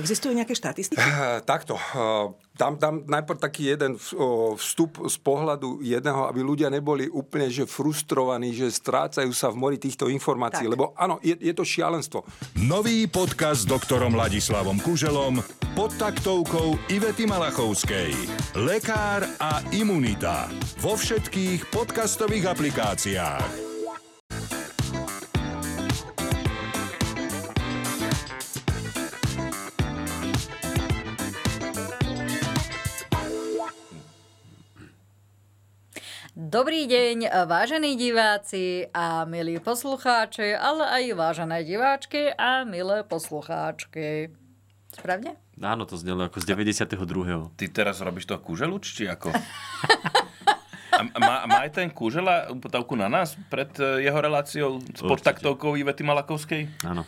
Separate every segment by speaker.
Speaker 1: Existujú nejaké štatistiky?
Speaker 2: E, Takto. Dám, dám najprv taký jeden vstup z pohľadu jedného, aby ľudia neboli úplne že frustrovaní, že strácajú sa v mori týchto informácií.
Speaker 1: Tak.
Speaker 2: Lebo áno, je, je to šialenstvo.
Speaker 3: Nový podcast s doktorom Ladislavom Kuželom pod taktovkou Ivety Malachovskej. Lekár a imunita. Vo všetkých podcastových aplikáciách.
Speaker 4: Dobrý deň, vážení diváci a milí poslucháči, ale aj vážené diváčky a milé poslucháčky. Správne?
Speaker 5: Áno, to znelo ako z 92.
Speaker 6: Ty teraz robíš toho kuželu, či ako? A m- má, má aj ten kužela upotavku na nás pred eh, jeho reláciou s
Speaker 5: Určite.
Speaker 6: podtaktovkou Ivety Malakovskej?
Speaker 5: Áno.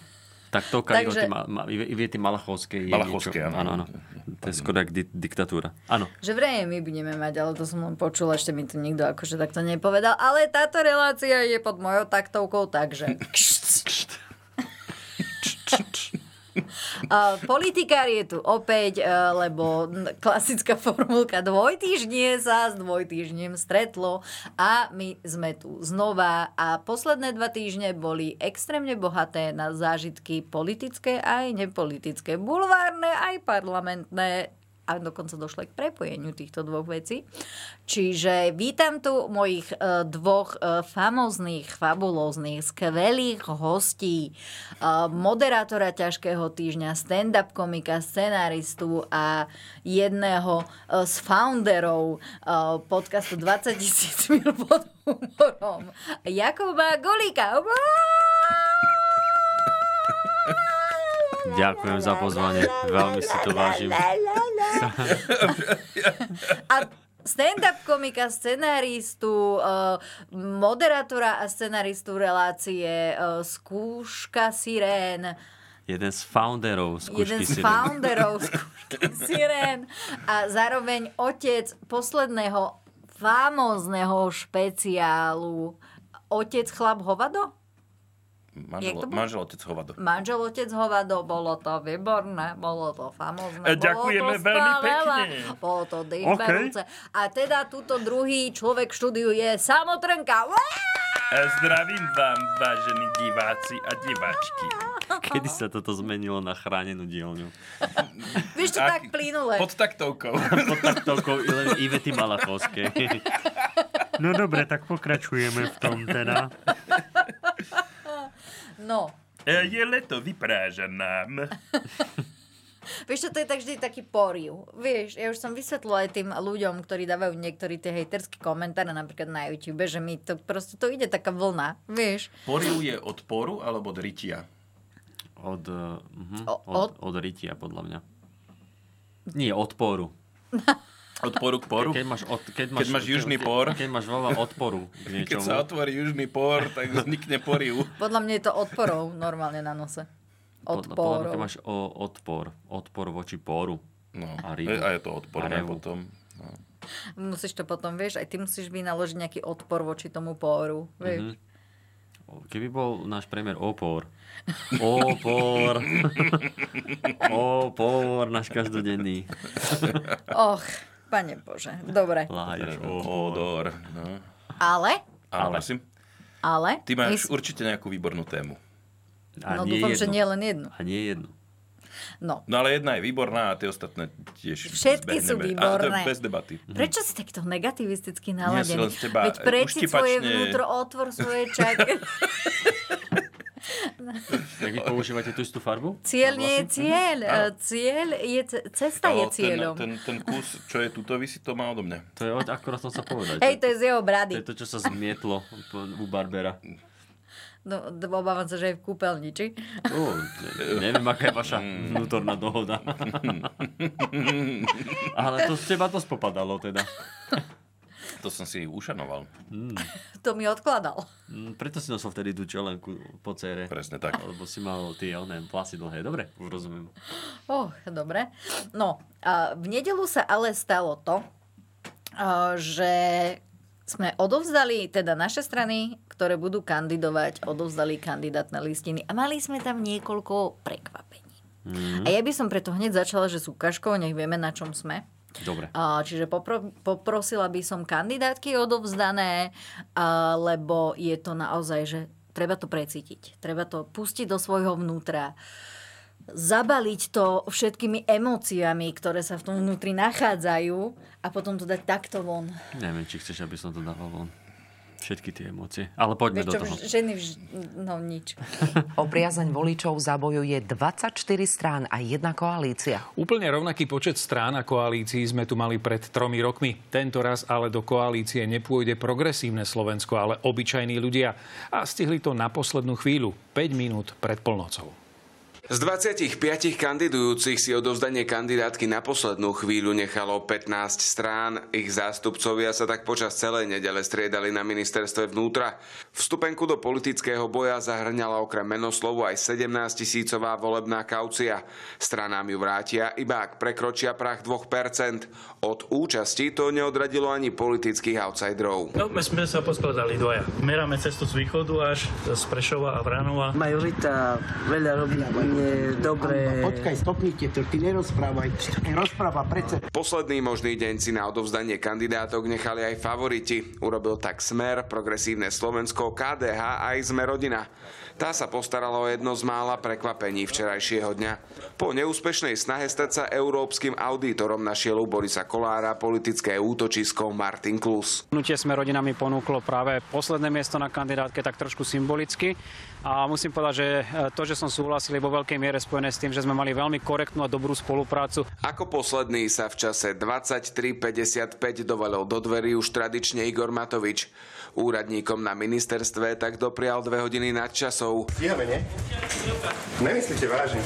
Speaker 5: Tak to
Speaker 4: Takže-
Speaker 5: Takže... Iviety Malachovskej. je
Speaker 6: Malachovskej,
Speaker 5: niečo-
Speaker 6: áno.
Speaker 5: áno. áno. To je skoro jak di- diktatúra. Áno.
Speaker 4: Že vraj my budeme mať, ale to som len počula, ešte mi to nikto akože takto nepovedal. Ale táto relácia je pod mojou taktovkou, takže... A politikár je tu opäť, e, lebo n- klasická formulka dvojtýždne sa s dvojtýždnem stretlo a my sme tu znova a posledné dva týždne boli extrémne bohaté na zážitky politické aj nepolitické, bulvárne aj parlamentné a dokonca došlo aj k prepojeniu týchto dvoch vecí. Čiže vítam tu mojich e, dvoch e, famóznych, fabulóznych, skvelých hostí. E, moderátora ťažkého týždňa, stand-up komika, scenáristu a jedného e, z founderov e, podcastu 20 tisíc mil pod humorom. Jakuba Golíka.
Speaker 5: Ďakujem za pozvanie. Veľmi si to vážim.
Speaker 4: A stand-up komika, scenáristu, eh, moderátora a scenáristu relácie eh, Skúška sirén,
Speaker 5: Jeden z founderov z
Speaker 4: jeden
Speaker 5: Kušky
Speaker 4: z
Speaker 5: Sireny.
Speaker 4: founderov Skúšky sirén a zároveň otec posledného famózneho špeciálu Otec chlap hovado? Jak
Speaker 6: Manžel,
Speaker 4: to bolo?
Speaker 6: manžel otec hovado.
Speaker 4: Manžel otec hovado, bolo to výborné, bolo to famózne.
Speaker 6: E, ďakujeme
Speaker 4: bolo to
Speaker 6: veľmi
Speaker 4: skvelé,
Speaker 6: pekne.
Speaker 4: Bolo to dýchberúce. A teda tuto druhý človek v štúdiu je samotrnka.
Speaker 6: E, zdravím vám, vážení diváci a diváčky.
Speaker 5: Kedy sa toto zmenilo na chránenú dielňu?
Speaker 4: Vieš to
Speaker 6: A-
Speaker 4: tak plynule.
Speaker 6: Pod taktovkou.
Speaker 5: Pod taktovkou i len Ivety Malachovskej.
Speaker 7: No dobre, tak pokračujeme v tom teda.
Speaker 4: No.
Speaker 6: E, je leto, vypráža nám.
Speaker 4: Vieš čo, to je tak vždy taký poriv. Vieš, ja už som vysvetlila aj tým ľuďom, ktorí dávajú niektorí tie hejterské komentáre napríklad na YouTube, že mi to proste to ide taká vlna. Vieš,
Speaker 6: Poriu je od poru alebo od rytia?
Speaker 5: Od, uh, mhm,
Speaker 4: O-
Speaker 5: od, od rytia, podľa mňa. Nie, odporu.
Speaker 6: Od poru k poru?
Speaker 5: Keď máš, od, keď máš,
Speaker 6: Keď máš južný pór.
Speaker 5: Keď máš veľa odporu k
Speaker 6: Keď
Speaker 5: niečomu.
Speaker 6: sa otvorí južný por, tak vznikne poriu.
Speaker 4: podľa mňa je to odporov normálne na nose.
Speaker 5: Podľa- podľa mňa,
Speaker 4: Odporov.
Speaker 5: Keď máš o, odpor. Odpor voči póru.
Speaker 6: No.
Speaker 5: A
Speaker 6: A,
Speaker 5: rybu.
Speaker 6: a je to odporné
Speaker 5: A revu.
Speaker 6: potom. No.
Speaker 4: Musíš to potom, vieš, aj ty musíš vynaložiť nejaký odpor voči tomu póru. Vieš.
Speaker 6: Mhm.
Speaker 4: Mm-hmm.
Speaker 5: Keby bol náš premiér opor. Opor. opor, náš každodenný.
Speaker 4: Och, pane Bože, dobre.
Speaker 5: Lájaš opor.
Speaker 6: Odor. No.
Speaker 4: Ale,
Speaker 6: Áno,
Speaker 5: Ale.
Speaker 6: prosím.
Speaker 4: ale...
Speaker 6: Ty máš
Speaker 4: my-
Speaker 6: určite nejakú výbornú tému.
Speaker 5: A
Speaker 4: No
Speaker 5: nie
Speaker 4: dúfam,
Speaker 5: jednu.
Speaker 4: že nie len jednu.
Speaker 5: A nie jednu.
Speaker 4: No.
Speaker 6: No ale jedna je výborná a tie ostatné tiež
Speaker 4: Všetky sú
Speaker 6: zbehneme. A to
Speaker 4: výborné.
Speaker 6: je bez debaty.
Speaker 4: Prečo si takto negativisticky
Speaker 6: Mhm. si
Speaker 4: naladený?
Speaker 6: len z teba,
Speaker 4: Veď preci
Speaker 6: uštipačne-
Speaker 4: svoje vnútro, otvor svoje čak.
Speaker 5: Tak vy používate tú istú farbu?
Speaker 4: cieľ
Speaker 5: Na
Speaker 4: nie je
Speaker 5: vlasy?
Speaker 4: cieľ.
Speaker 6: No, vlastne-
Speaker 4: eh,
Speaker 6: Áno.
Speaker 4: Cieľ je, ce- cesta je
Speaker 6: Ale
Speaker 4: cieľom.
Speaker 6: Ten, ten, ten kus, čo je tuto, vy si to má odo mňa.
Speaker 5: To je od, akorát som sa povedať.
Speaker 4: Hej, to je z jeho
Speaker 5: to
Speaker 4: brady.
Speaker 5: je to, čo sa zmietlo po- u Barbera.
Speaker 4: No, d- obávam sa, že je v kúpeľni, či?
Speaker 5: Ó, ne- neviem, aká je vaša vnútorná dohoda. Ale to z teba to spopadalo teda.
Speaker 6: To som si ušanoval.
Speaker 4: To mi odkladal.
Speaker 5: Mm, Preto si nosil vtedy tú čelenku po cére.
Speaker 6: Presne tak.
Speaker 5: Lebo si mal tie oné vlasy dlhé. Dobre, už rozumiem.
Speaker 4: Oh, dobre. No, a v nedelu sa ale stalo to, a, že sme odovzdali, teda naše strany, ktoré budú kandidovať, odovzdali kandidátne listiny a mali sme tam niekoľko prekvapení. A ja by som preto hneď začala, že s ukážkou, nech vieme, na čom sme.
Speaker 5: Dobre.
Speaker 4: A, Čiže popro- poprosila by som kandidátky odovzdané, a, lebo je to naozaj, že treba to precítiť. Treba to pustiť do svojho vnútra. Zabaliť to všetkými emóciami, ktoré sa v tom vnútri nachádzajú a potom to dať takto von.
Speaker 5: Neviem, či chceš, aby som to dával von. Všetky tie emócie. Ale poďme
Speaker 4: Vieš
Speaker 5: do
Speaker 4: čo,
Speaker 5: toho.
Speaker 4: vž- ženy vž- no nič.
Speaker 1: O priazeň voličov zabojuje 24 strán a jedna koalícia.
Speaker 8: Úplne rovnaký počet strán a koalícií sme tu mali pred tromi rokmi. Tento raz ale do koalície nepôjde progresívne Slovensko, ale obyčajní ľudia. A stihli to na poslednú chvíľu, 5 minút pred polnocou.
Speaker 9: Z 25 kandidujúcich si odovzdanie kandidátky na poslednú chvíľu nechalo 15 strán. Ich zástupcovia sa tak počas celej nedele striedali na ministerstve vnútra. Vstupenku do politického boja zahrňala okrem menoslovu aj 17 tisícová volebná kaucia. Stranám ju vrátia, iba ak prekročia prach 2%. Od účasti to neodradilo ani politických outsiderov.
Speaker 10: No, my sme sa poskladali dvoja. Meráme cestu z východu až z Prešova a Vranova.
Speaker 11: Majorita veľa robí dobre. Počkaj, stopnite to, ty nerozprávaj. Rozpráva predsa.
Speaker 9: Posledný možný deň si na odovzdanie kandidátok nechali aj favoriti. Urobil tak Smer, Progresívne Slovensko, KDH a aj Sme rodina. Tá sa postarala o jedno z mála prekvapení včerajšieho dňa. Po neúspešnej snahe stať sa európskym auditorom našiel u Borisa Kolára politické útočisko Martin Klus.
Speaker 12: Hnutie sme rodinami ponúklo práve posledné miesto na kandidátke, tak trošku symbolicky. A musím povedať, že e, to, že som súhlasil, je vo veľkej miere spojené s tým, že sme mali veľmi korektnú a dobrú spoluprácu.
Speaker 9: Ako posledný sa v čase 23.55 dovalil do dverí už tradične Igor Matovič. Úradníkom na ministerstve tak doprial dve hodiny nadčasov.
Speaker 13: Stíhame, nie? Nemyslíte vážne?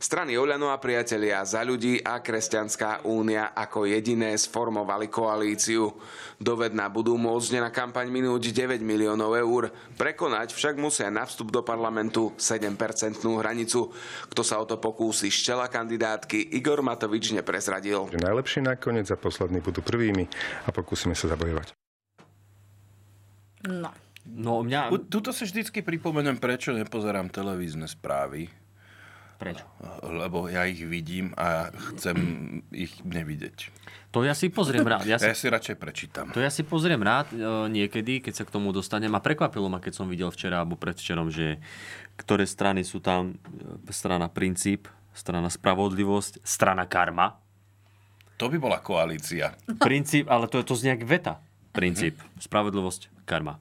Speaker 9: Strany Oľano a priatelia za ľudí a Kresťanská únia ako jediné sformovali koalíciu. Dovedna budú môcť na kampaň minúť 9 miliónov eur. Prekonať však musia na vstup do parlamentu 7-percentnú hranicu. Kto sa o to pokúsi z čela kandidátky, Igor Matovič neprezradil.
Speaker 13: Že najlepší nakoniec a poslední budú prvými a pokúsime sa zabojovať.
Speaker 4: No.
Speaker 5: No mňa...
Speaker 6: U- Tuto si vždycky pripomeniem, prečo nepozerám televízne správy.
Speaker 5: Prečo?
Speaker 6: Lebo ja ich vidím a chcem ich nevidieť.
Speaker 5: To ja si pozriem rád. Ja si,
Speaker 6: Ja si radšej prečítam.
Speaker 5: to ja si pozriem rád e, niekedy, keď sa k tomu dostanem. A prekvapilo ma, keď som videl včera alebo predvčerom, že ktoré strany sú tam. e, Strana princíp, strana spravodlivosť, strana karma.
Speaker 6: To by bola koalícia.
Speaker 5: Princíp, ale to je to z nejak veta. Princíp, spravodlivosť, karma.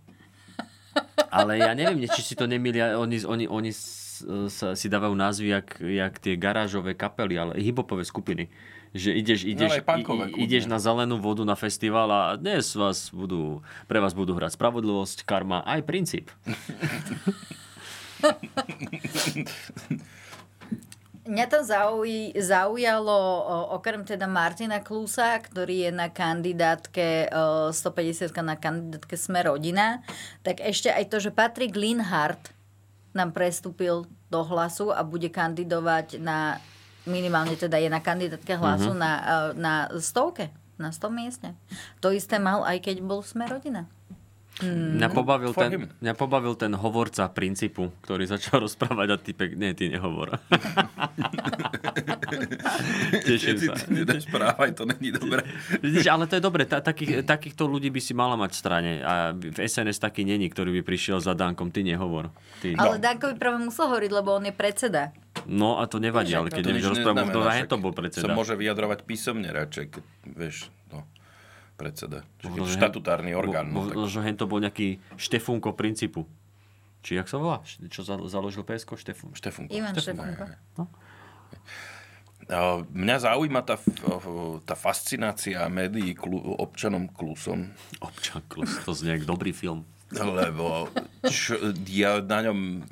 Speaker 5: Ale ja neviem, či si to nemýlia, oni, oni, oni s- sa, si dávajú názvy jak, jak tie garážové kapely, ale hipopové skupiny. Že ideš, ideš,
Speaker 6: No, ale aj punkové
Speaker 5: i, i- ideš
Speaker 6: kľudne.
Speaker 5: na zelenú vodu na festival a dnes vás budú, pre vás budú hrať spravodlivosť, karma, aj princíp.
Speaker 4: Mňa tam zauj, zaujalo o, okrem teda Martina Klusa, ktorý je na kandidátke o, 150 na kandidátke Sme rodina, tak ešte aj to, že Patrick Linhardt nám prestúpil do hlasu a bude kandidovať na minimálne teda je na kandidátke hlasu mm-hmm. na, e, na stovke, na 100 miestne. To isté mal aj keď bol Sme rodina.
Speaker 6: Mm.
Speaker 5: Mňa pobavil,
Speaker 6: for him.
Speaker 5: ten, mňa pobavil ten hovorca princípu, ktorý začal rozprávať a typek, nie, ty nehovor. Teším
Speaker 6: Ty,
Speaker 5: sa.
Speaker 6: ty nerozprávaj, to není dobré.
Speaker 5: Vidíš, ale to je dobre, tá, takých, takýchto ľudí by si mala mať v strane. A v SNS taký není, ktorý by prišiel za Dankom, ty nehovor. Ty.
Speaker 4: Ale Danko by práve musel hovoriť, lebo on je predseda.
Speaker 5: No a to nevadí, ale keď
Speaker 6: To nič
Speaker 5: nevieš rozprávať,
Speaker 6: neznamená,
Speaker 5: to aj
Speaker 6: však
Speaker 5: to bol
Speaker 6: Sa
Speaker 5: predseda.
Speaker 6: môže vyjadrovať písomne radšej, keď, vieš, no, predseda.
Speaker 5: Možno,
Speaker 6: Čiže
Speaker 5: že-
Speaker 6: štatutárny orgán.
Speaker 5: mo-
Speaker 6: No, tak
Speaker 5: Možno, že hen to bol nejaký Štefunko princípu. Či jak sa volá? Š- Čo za- založil PSK? Štefun.
Speaker 6: Štefunko.
Speaker 4: Ivan
Speaker 6: Štefunko,
Speaker 4: Štefunko.
Speaker 6: hej, hej. A Mňa zaujíma tá, f- f- tá fascinácia médií klu- občanom Klusom,
Speaker 5: Občan Klus, to znie jak dobrý film.
Speaker 6: lebo čo, ja na ňom...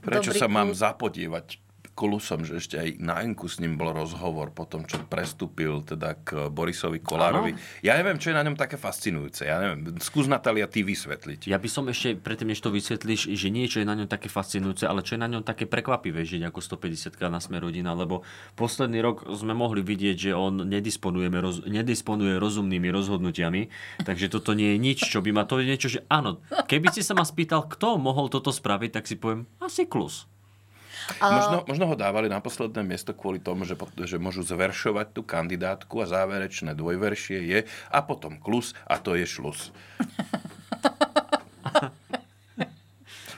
Speaker 6: Prečo
Speaker 4: Dobrý
Speaker 6: sa mám
Speaker 4: Klus.
Speaker 6: zapodievať Klusom, že ešte aj na Enku s ním bol rozhovor po tom, čo prestúpil teda k Borisovi Kolárovi. Ja neviem, čo je na ňom také fascinujúce. Ja neviem, skús Natália ty vysvetliť.
Speaker 5: Ja by som ešte, predtým než to vysvetlíš, že niečo je na ňom také fascinujúce, ale čo je na ňom také prekvapivé, že je ako 150 na sme rodina, lebo posledný rok sme mohli vidieť, že on nedisponuje, roz, nedisponuje rozumnými rozhodnutiami, takže toto nie je nič, čo by ma, to je niečo, že áno, keby si sa ma spýtal, kto mohol toto spraviť, tak si poviem, asi klus.
Speaker 4: A-
Speaker 6: Možno, možno ho dávali na posledné miesto kvôli tomu, že, pot- že môžu zveršovať tú kandidátku a záverečné dvojveršie je a potom klus a to je šlus.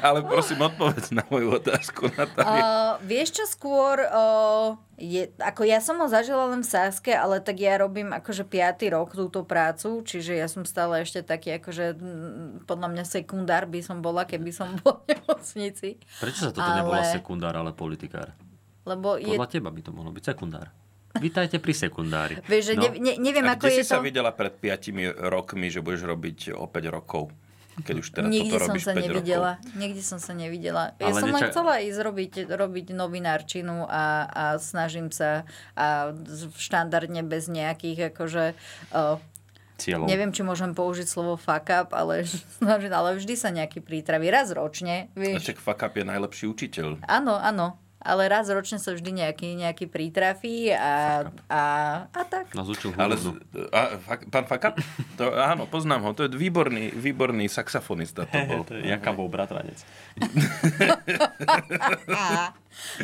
Speaker 6: Ale prosím, odpovedz na moju otázku, Natália.
Speaker 4: Uh, vieš čo skôr, uh, je, ako ja som ho zažila len v Saske, ale tak ja robím akože piatý rok túto prácu, čiže ja som stále ešte taký akože mm, podľa mňa sekundár by som bola, keby som bola v nemocnici.
Speaker 5: Prečo sa toto
Speaker 4: Ale-
Speaker 5: nebola sekundár, ale politikár?
Speaker 4: Lebo je,
Speaker 5: Podľa teba by to mohlo byť sekundár. Vítajte pri sekundári. No,
Speaker 4: vieš, že ne, ne, neviem,
Speaker 6: no. a
Speaker 4: ako
Speaker 6: kde
Speaker 4: je
Speaker 6: si sa
Speaker 4: to...
Speaker 6: videla pred 5 rokmi, že budeš robiť o 5 rokov? Keď už teraz
Speaker 4: Nikde
Speaker 6: toto
Speaker 4: som
Speaker 6: robíš
Speaker 4: sa
Speaker 6: 5
Speaker 4: nevidela. Nikde som sa nevidela. Ja
Speaker 6: Ale
Speaker 4: som len
Speaker 6: neča-
Speaker 4: chcela ísť robiť, robiť novinárčinu a, a snažím sa a z- štandardne bez nejakých akože... Uh,
Speaker 5: Cieľov.
Speaker 4: Neviem, či môžem použiť slovo fuck up, ale, snažím- ale vždy sa nejaký prítraví. Raz ročne,
Speaker 6: rokov. A
Speaker 4: vieš.
Speaker 6: No, však fuck up je najlepší učiteľ.
Speaker 4: Áno, áno. Ale raz ročne sa vždy nejaký, nejaký prítrafí a, a, a tak.
Speaker 5: Nás učil
Speaker 6: Ale, z- a, fak, pán Fakap? To, áno, poznám ho. To je výborný, výborný saxofonista. To bol.
Speaker 5: To je Jakab bol bratranec.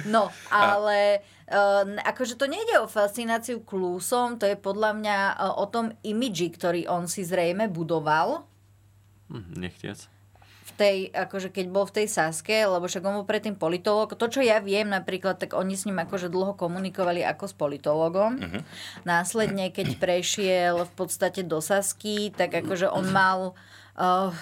Speaker 4: No, ale uh, akože to nejde o fascináciu klúsom, to je podľa mňa eh, o tom imidži, ktorý on si zrejme budoval
Speaker 5: Hm, nechtiac.
Speaker 4: v tej, akože keď bol v tej Saske, lebo však on bol predtým politológ. To, čo ja viem napríklad, tak oni s ním akože dlho komunikovali ako s politológom.
Speaker 14: Mhm.
Speaker 4: Následne, keď prešiel v podstate do Sasky, tak akože on mal uh,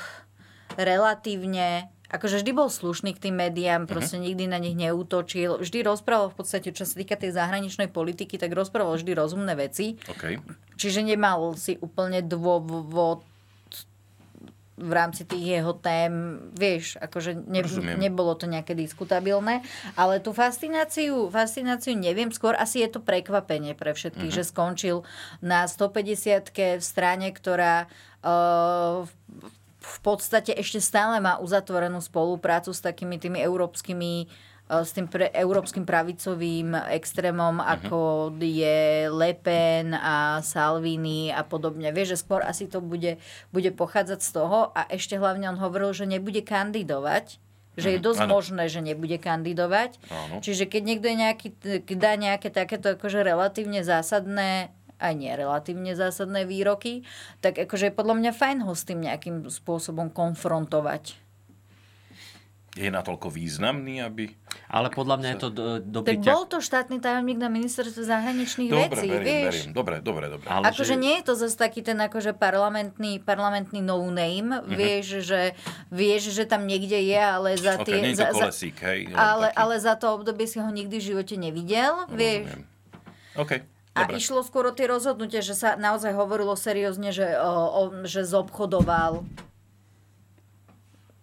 Speaker 4: relatívne akože vždy bol slušný k tým médiám, proste nikdy na nich neútočil, vždy rozprával v podstate, čo sa týka tej zahraničnej politiky, tak rozprával vždy rozumné veci.
Speaker 6: OK.
Speaker 4: Čiže nemal si úplne dôvod v rámci tých jeho tém, vieš, akože ne,
Speaker 14: Rozumiem.
Speaker 4: nebolo to nejaké diskutabilné, ale tú fascináciu, fascináciu neviem, skôr asi je to prekvapenie pre všetkých,
Speaker 14: Mhm.
Speaker 4: že skončil na 150 v strane, ktorá eh, v- v podstate ešte stále má uzatvorenú spoluprácu s takými tými európskymi eh, s tým pre, európskym pravicovým extrémom, ako je Le Pen a Salvini a podobne. Vieš, že skôr asi to bude, bude pochádzať z toho a ešte hlavne on hovoril, že nebude kandidovať, že je
Speaker 14: Mhm,
Speaker 4: dosť
Speaker 14: áno.
Speaker 4: možné, že nebude kandidovať.
Speaker 14: Áno.
Speaker 4: Čiže keď niekto je nejaký, keď dá nejaké takéto akože relatívne zásadné aj nie relatívne zásadné výroky, tak akože je podľa mňa fajn ho s tým nejakým spôsobom konfrontovať.
Speaker 6: Je natoľko významný, aby...
Speaker 5: Ale podľa mňa je to
Speaker 4: tak bol to štátny tajomník na ministerstve zahraničných
Speaker 6: Dobre,
Speaker 4: vecí,
Speaker 6: verím,
Speaker 4: vieš?
Speaker 6: verím. Dobre, dobre, dobre.
Speaker 4: akože nie je to zase taký ten akože parlamentný, parlamentný no-name,
Speaker 6: Mhm.
Speaker 4: vieš, že, vieš, že tam niekde je, ale za
Speaker 6: OK,
Speaker 4: tie...
Speaker 6: nie je to
Speaker 4: za, za,
Speaker 6: kolesík, hej? len
Speaker 4: ale,
Speaker 6: taký.
Speaker 4: ale za to obdobie si ho nikdy v živote nevidel, vieš?
Speaker 6: OK,
Speaker 4: A
Speaker 6: dobre.
Speaker 4: išlo skôr o tie rozhodnutia, že sa naozaj hovorilo seriózne, že, o, o, že zobchodoval.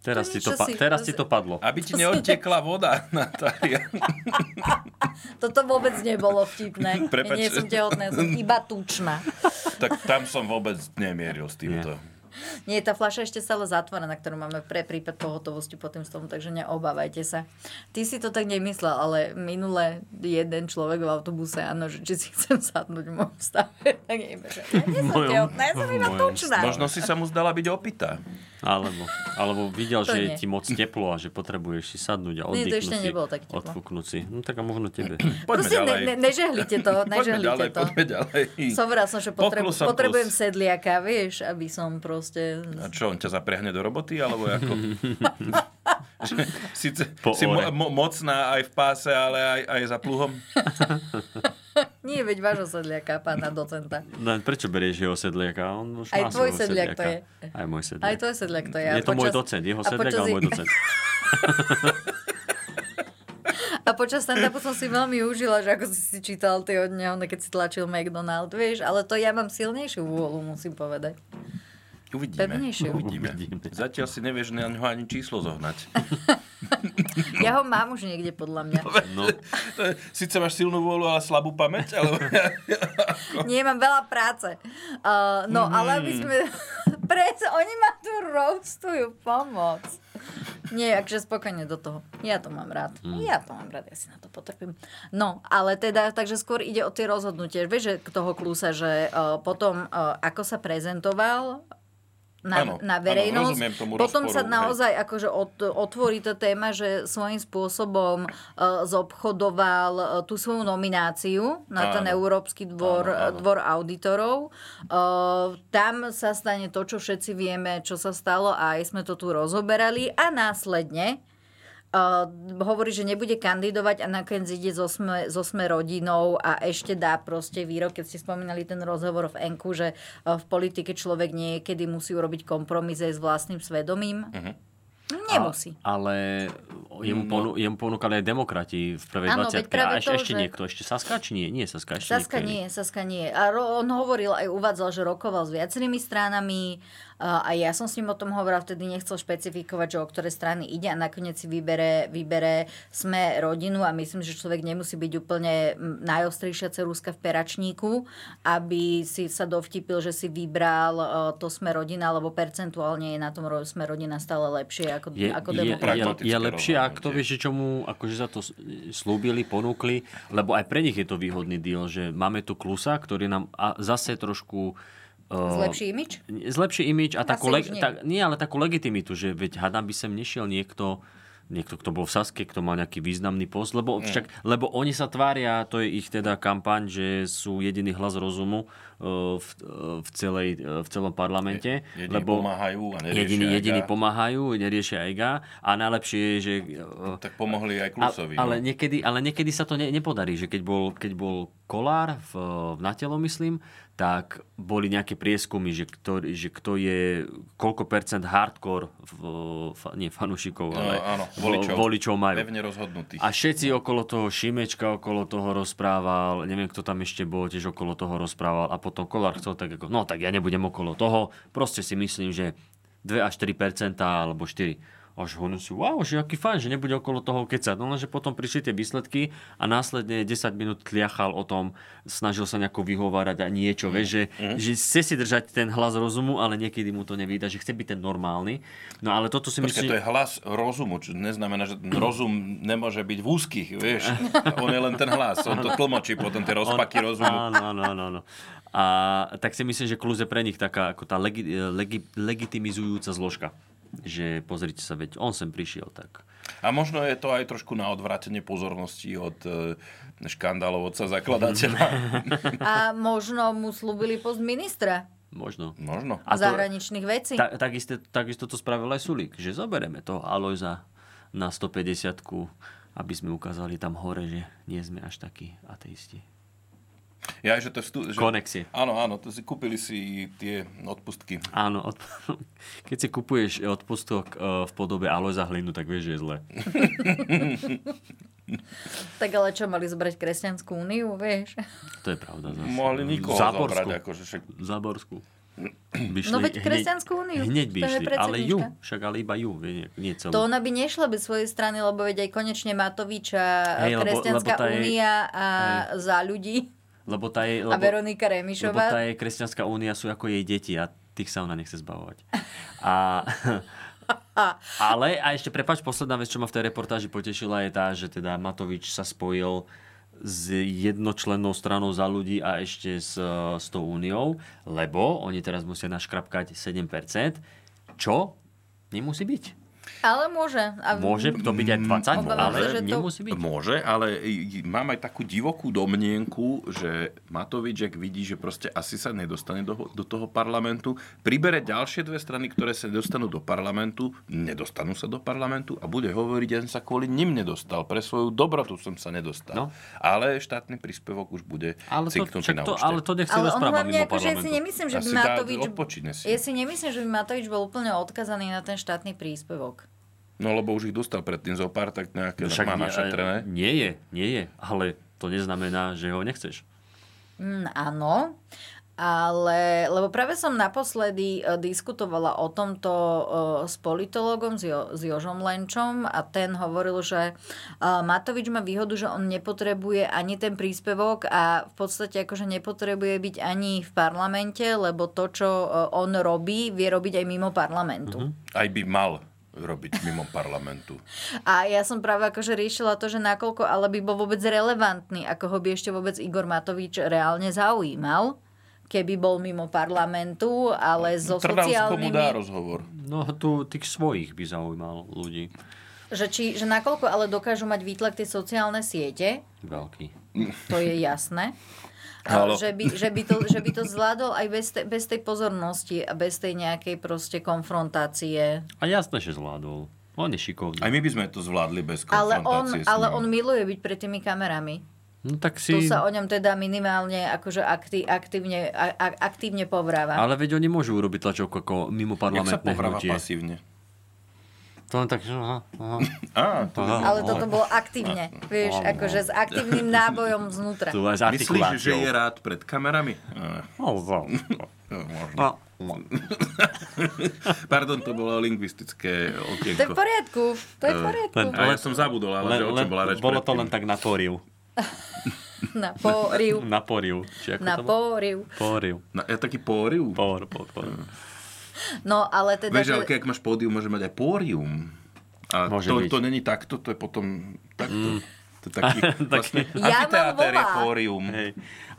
Speaker 5: Teraz,
Speaker 4: To
Speaker 5: ti
Speaker 4: niečo
Speaker 5: to, pa-
Speaker 4: si-
Speaker 5: teraz
Speaker 4: to
Speaker 5: ti
Speaker 4: si-
Speaker 5: to padlo.
Speaker 6: Aby ti neodtekla voda, Natália.
Speaker 4: Toto vôbec nebolo vtipné. Ja
Speaker 6: Prepač.
Speaker 4: nie som tehotná, ja som iba tučná.
Speaker 6: tak tam som vôbec nemieril s týmto.
Speaker 4: Nie, tá fľaša ešte stále zatvorená, ktorú máme pre prípad pohotovosti po tým stolom, takže neobávajte sa. Ty si to tak nemyslel, ale minule jeden človek v autobuse, áno, že či si chcem sadnúť v mojom stave, tak je iba, že ja nie som
Speaker 5: mojom-
Speaker 4: tehotná, ja som
Speaker 5: v
Speaker 4: iba
Speaker 5: mojom
Speaker 4: tučná.
Speaker 5: stave.
Speaker 6: Možno si sa mu zdala byť opitá.
Speaker 5: Alebo, alebo videl,
Speaker 4: To
Speaker 5: že je
Speaker 4: nie.
Speaker 5: ti moc teplo a že potrebuješ si sadnúť a
Speaker 4: Nie, to
Speaker 5: oddychnúť
Speaker 4: ešte
Speaker 5: si,
Speaker 4: nebolo tak teplo.
Speaker 5: odfúknúť si. No tak a možno tebe.
Speaker 4: Prosím, ne, ne, nežehlite to,
Speaker 6: Poďme ďalej,
Speaker 4: nežehlite to.
Speaker 6: poďme ďalej.
Speaker 4: Sovrala som, že potrebu,
Speaker 6: Poklus a plus.
Speaker 4: potrebujem sedliaka, vieš, aby som proste...
Speaker 6: A čo, on ťa zapriahne do roboty, alebo ako? Sice
Speaker 5: Po
Speaker 6: si mo-
Speaker 5: ore.
Speaker 6: mo- mocná aj v páse, ale aj, aj za pluhom.
Speaker 4: Nie, veď vášho sedliaka, pána docenta.
Speaker 5: No, prečo berieš jeho sedliaka? On už
Speaker 4: Aj
Speaker 5: má
Speaker 4: tvoj
Speaker 5: svojho
Speaker 4: sedliak to
Speaker 5: sedliaka.
Speaker 4: je.
Speaker 5: Aj môj sedliak.
Speaker 4: Aj tvoj sedliak to je. A
Speaker 5: Je to môj
Speaker 4: počas-
Speaker 5: docent, jeho
Speaker 4: a
Speaker 5: sedliak,
Speaker 4: počas-
Speaker 5: ale môj docent.
Speaker 4: A počas stand-upu som si veľmi užila, že ako si si čítal ty od neho, keď si tlačil McDonald, vieš, ale to ja mám silnejšiu úvolu, musím povedať.
Speaker 6: Uvidíme.
Speaker 4: Pevnejšie.
Speaker 6: Uvidíme. Zatiaľ si nevieš na ňo ani číslo zohnať.
Speaker 4: Ja ho mám už niekde podľa mňa.
Speaker 5: No.
Speaker 6: To je- Sice máš silnú vôľu, ale slabú pamäť, ale...
Speaker 4: Nie, mám veľa práce. Uh, no, ale aby
Speaker 6: Mhm.
Speaker 4: sme... Prečo? Oni ma tu roastujú, pomoc. Nie, akže spokojne do toho. Ja to mám rád.
Speaker 6: Mhm.
Speaker 14: Mm.
Speaker 4: Ja to mám rád, ja si na to potrpím. No, ale teda, takže skôr ide o tie rozhodnutie. Vieš, že k toho klúsa, že uh, potom, uh, ako sa prezentoval, na,
Speaker 6: Áno,
Speaker 4: na
Speaker 6: áno,
Speaker 4: verejnosť.
Speaker 6: rozumiem tomu
Speaker 4: Potom sa
Speaker 6: rozporu, hej.
Speaker 4: naozaj akože od, otvorí tá téma, že svojím spôsobom e, zobchodoval e, tú svoju nomináciu na ten
Speaker 14: Áno.
Speaker 4: Európsky dvor,
Speaker 14: Áno, áno.
Speaker 4: dvor auditorov. E, tam sa stane to, čo všetci vieme, čo sa stalo a aj sme to tu rozoberali a následne Uh, hovorí, že nebude kandidovať a nakoniec ide zo sme, zo sme rodinou a ešte dá proste výrok, keď ste spomínali ten rozhovor v Enku, že uh, v politike človek niekedy musí urobiť kompromis aj s vlastným svedomím. Nemusí.
Speaker 5: A, ale
Speaker 4: No.
Speaker 5: jemu, ponu, jemu ponúkali aj demokrati v prvej
Speaker 4: Áno,
Speaker 5: 20
Speaker 4: veď práve
Speaker 5: a ešte,
Speaker 4: to,
Speaker 5: ešte
Speaker 4: že-
Speaker 5: niekto, ešte Saska, či nie? Nie Saska, ešte
Speaker 4: Saska
Speaker 5: niekto iný.
Speaker 4: nie, Saska nie. A ro, on hovoril aj uvádzal, že rokoval s viacerými stranami a, a ja som s ním o tom hovorila, vtedy nechcel špecifikovať, že o ktoré strany ide a nakoniec si vybere, vybere sme rodinu a myslím, že človek nemusí byť úplne mm, najostrejšia cerúska v peračníku, aby si sa dovtipil, že si vybral e, to sme rodina, lebo percentuálne je na tom ro- sme rodina stále lepšie ako,
Speaker 5: je,
Speaker 4: ako
Speaker 5: je, je,
Speaker 4: demokrati.
Speaker 5: je lepšie, ak to vieš, že čomu akože sa to s- slúbili, ponúkli, lebo aj pre nich je to výhodný deal, že máme tu klusa, ktorý nám a zase trošku eh,
Speaker 4: Zlepší imič?
Speaker 5: Zlepší imič
Speaker 4: Asi
Speaker 5: a takú,
Speaker 4: už
Speaker 5: leg-
Speaker 4: nie.
Speaker 5: tak, nie, ale takú legitimitu, že veď hadám by sem nešiel niekto, niekto, kto bol v Saske, kto mal nejaký významný post, lebo,
Speaker 6: Mm.
Speaker 5: však, lebo oni sa tvária, to je ich teda kampaň, že sú jediný hlas rozumu eh, v, eh, v, celej, eh, v celom parlamente.
Speaker 6: Je- jediní
Speaker 5: lebo
Speaker 6: pomáhajú a neriešia
Speaker 5: jediní,
Speaker 6: ega.
Speaker 5: jediní pomáhajú, neriešia ega a najlepšie je, že... e,
Speaker 6: Tak pomohli aj Klusovi,
Speaker 5: Ale,
Speaker 6: no.
Speaker 5: niekedy, ale niekedy sa to ne, nepodarí, že keď bol, keď bol Kolár v, v Natelo, myslím, tak boli nejaké prieskumy, že kto, že kto je, koľko percent hardcore, v, fa, nie fanúšikov,
Speaker 6: No,
Speaker 5: ale
Speaker 6: áno,
Speaker 5: vo-
Speaker 6: voličov.
Speaker 5: voličov majú.
Speaker 6: Pevne rozhodnutých.
Speaker 5: A všetci okolo toho, Šimečka okolo toho rozprával, neviem, kto tam ešte bol, tiež okolo toho rozprával a potom Kolár chcel tak ako, no tak ja nebudem okolo toho, proste si myslím, že 2 až 3 alebo 4 až hovorím si, wow, že aký fajn, že nebude okolo toho kecať. No lenže potom prišli tie výsledky a následne 10 minút tliachal o tom, snažil sa nejako vyhovárať a niečo, vieš, že, že chce si držať ten hlas rozumu, ale niekedy mu to nevída, že chce byť ten normálny. No ale toto si
Speaker 6: Počkaj,
Speaker 5: myslím...
Speaker 6: to je hlas rozumu, čo neznamená, že ten rozum nemôže byť v úzkých, vieš. On je len ten hlas, on to tlmočí potom tie rozpaky
Speaker 5: On-
Speaker 6: rozumu.
Speaker 5: Áno, áno, áno. áno. A tak si myslím, že Kluz je pre nich taká ako tá legi, legi, legitimizujúca zložka. Že pozrite sa, veď on sem prišiel, tak
Speaker 6: A možno je to aj trošku na odvrátenie pozornosti od e, škandálov otca zakladateľa.
Speaker 4: A možno mu slúbili post ministra
Speaker 5: možno.
Speaker 6: Možno.
Speaker 4: zahraničných vecí.
Speaker 5: ta, takisto, takisto to spravil aj Sulík, že zoberieme toho Alojza na 150 aby sme ukázali tam hore, že nie sme až takí ateisti.
Speaker 6: Ja, že to vstú, že...
Speaker 5: Konexie.
Speaker 6: Áno, áno, to si kúpili si tie odpustky.
Speaker 5: Áno, od... keď si kupuješ odpustok eh, v podobe Alojza Hlinu, tak vieš, že je zle.
Speaker 4: Tak ale čo, mali zobrať kresťanskú úniu, vieš?
Speaker 5: To je pravda. Zase.
Speaker 6: Mohli nikoho
Speaker 5: Záborskú.
Speaker 6: zobrať, akože však-
Speaker 5: Záborskú. By
Speaker 4: No veď Kresťanskú úniu,
Speaker 5: Hneď by
Speaker 4: to je
Speaker 5: išli, ale
Speaker 4: predsednička.
Speaker 5: ju, však ale iba ju, vie, nie, nie celú.
Speaker 4: To ona by nešla bez svojej strany, lebo veď aj konečne Matoviča,
Speaker 5: Hej, lebo-
Speaker 4: Kresťanská
Speaker 5: lebo tá je-
Speaker 4: únia a za ľudí
Speaker 5: Lebo tá je,
Speaker 4: a
Speaker 5: lebo,
Speaker 4: Veronika
Speaker 5: lebo
Speaker 4: Remišová.
Speaker 5: tá je Kresťanská únia sú ako jej deti a tých sa ona nechce zbavovať. A, ale, a ešte prepáč, posledná vec, čo ma v tej reportáži potešila je tá, že teda Matovič sa spojil s jednočlennou stranou za ľudí a ešte s, e, s tou úniou, lebo oni teraz musia naškrapkať 7%, čo nemusí byť.
Speaker 4: Ale môže. A...
Speaker 5: Môže to byť aj 20,
Speaker 4: Obávam
Speaker 5: ale
Speaker 4: Mm. sa, že to-
Speaker 5: nemusí byť.
Speaker 6: Môže, ale i- i- mám aj takú divokú domnienku, že Matovič, ak vidí, že proste asi sa nedostane do, ho- do toho parlamentu, pribere ďalšie dve strany, ktoré sa dostanú do parlamentu, nedostanú sa do parlamentu a bude hovoriť, ja som sa kvôli nim nedostal, pre svoju dobrotu som sa nedostal. No. Ale štátny príspevok už bude
Speaker 5: Ale to-
Speaker 6: cinknutý
Speaker 5: však
Speaker 6: na
Speaker 5: to-
Speaker 6: účte.
Speaker 5: ale to nechce
Speaker 4: Ale on hlavne, akože ja si nemyslím, že by
Speaker 6: Asi dá-
Speaker 4: Matovič...
Speaker 6: odpočíne si.
Speaker 4: Ja si nemyslím, že by Matovič bol úplne odkazaný na ten štátny príspevok.
Speaker 6: No lebo už ich dostal predtým zo pár, tak nejaké
Speaker 5: Však
Speaker 6: má
Speaker 5: nie-
Speaker 6: našetrené.
Speaker 5: Nie je, nie je, ale to neznamená, že ho nechceš.
Speaker 4: Mm, áno, ale lebo práve som naposledy e, diskutovala o tomto e, s politologom, s, jo, s Jožom Lenčom a ten hovoril, že e, Matovič má výhodu, že on nepotrebuje ani ten príspevok a v podstate akože nepotrebuje byť ani v parlamente, lebo to, čo e, on robí, vie robiť aj mimo parlamentu.
Speaker 6: Aj by mal robiť mimo parlamentu.
Speaker 4: A ja som práve akože riešila to, že nakoľko ale by bol vôbec relevantný, ako ho by ešte vôbec Igor Matovič reálne zaujímal keby bol mimo parlamentu, ale so
Speaker 6: Trnavsko mu
Speaker 4: sociálnymi...
Speaker 6: dá rozhovor.
Speaker 5: No tu tých svojich by zaujímal ľudí.
Speaker 4: Že, či, že nakoľko ale dokážu mať výtlak tie sociálne siete,
Speaker 5: Veľký.
Speaker 4: to je jasné. A
Speaker 5: Halo.
Speaker 4: že, by, že, by to, že by to zvládol aj bez, te, bez tej pozornosti a bez tej nejakej proste konfrontácie.
Speaker 5: A jasné, že zvládol. On je šikovný.
Speaker 6: Aj my by sme to zvládli bez
Speaker 4: Ale on,
Speaker 6: konfrontácie s
Speaker 4: ale
Speaker 6: ním.
Speaker 4: on miluje byť pred tými kamerami.
Speaker 5: No tak
Speaker 4: Si... Tu
Speaker 5: si...
Speaker 4: sa o ňom teda minimálne akože akti, aktívne, a, a, aktívne povráva. Ale...
Speaker 5: Ale veď oni môžu urobiť tlačovku ako mimo
Speaker 6: Jak sa
Speaker 5: parlamentné
Speaker 6: povráva
Speaker 5: hnutie.
Speaker 6: pasívne?
Speaker 5: To len tak, že aha, aha.
Speaker 6: Á, to
Speaker 5: Aha.
Speaker 4: Ale toto bolo aktívne, vieš,
Speaker 5: Áno.
Speaker 4: akože s aktívnym nábojom znútra.
Speaker 5: Tu aj s
Speaker 6: Myslíš, že je
Speaker 5: artikuláciou. No,
Speaker 6: rád pred kamerami?
Speaker 5: A,
Speaker 6: Pardon, to bolo lingvistické
Speaker 4: To je v
Speaker 6: okienko.
Speaker 4: poriadku, to je v
Speaker 5: Eh,
Speaker 4: poriadku.
Speaker 6: Len- A ja som zabudol, ale že o čom bola reč
Speaker 5: Bolo to
Speaker 6: predtým.
Speaker 5: len tak na poriu.
Speaker 4: Na poriu.
Speaker 5: Na poriu. Či ako
Speaker 4: Na
Speaker 5: to bolo?
Speaker 4: poriu.
Speaker 5: Poriu.
Speaker 6: Na, No, ja taký póriu?
Speaker 5: Por, por, por.
Speaker 4: Mm. No, ale teda...
Speaker 6: Vieš, ale
Speaker 4: že-
Speaker 6: keď máš pódium, môže mať aj pórium. A
Speaker 5: Môže
Speaker 6: to,
Speaker 5: byť. Mm.
Speaker 6: to není takto, to je potom takto. To je taký vlastne
Speaker 4: Ja mám
Speaker 6: amfiteáter je
Speaker 4: vová.
Speaker 6: pórium.
Speaker 5: Hej.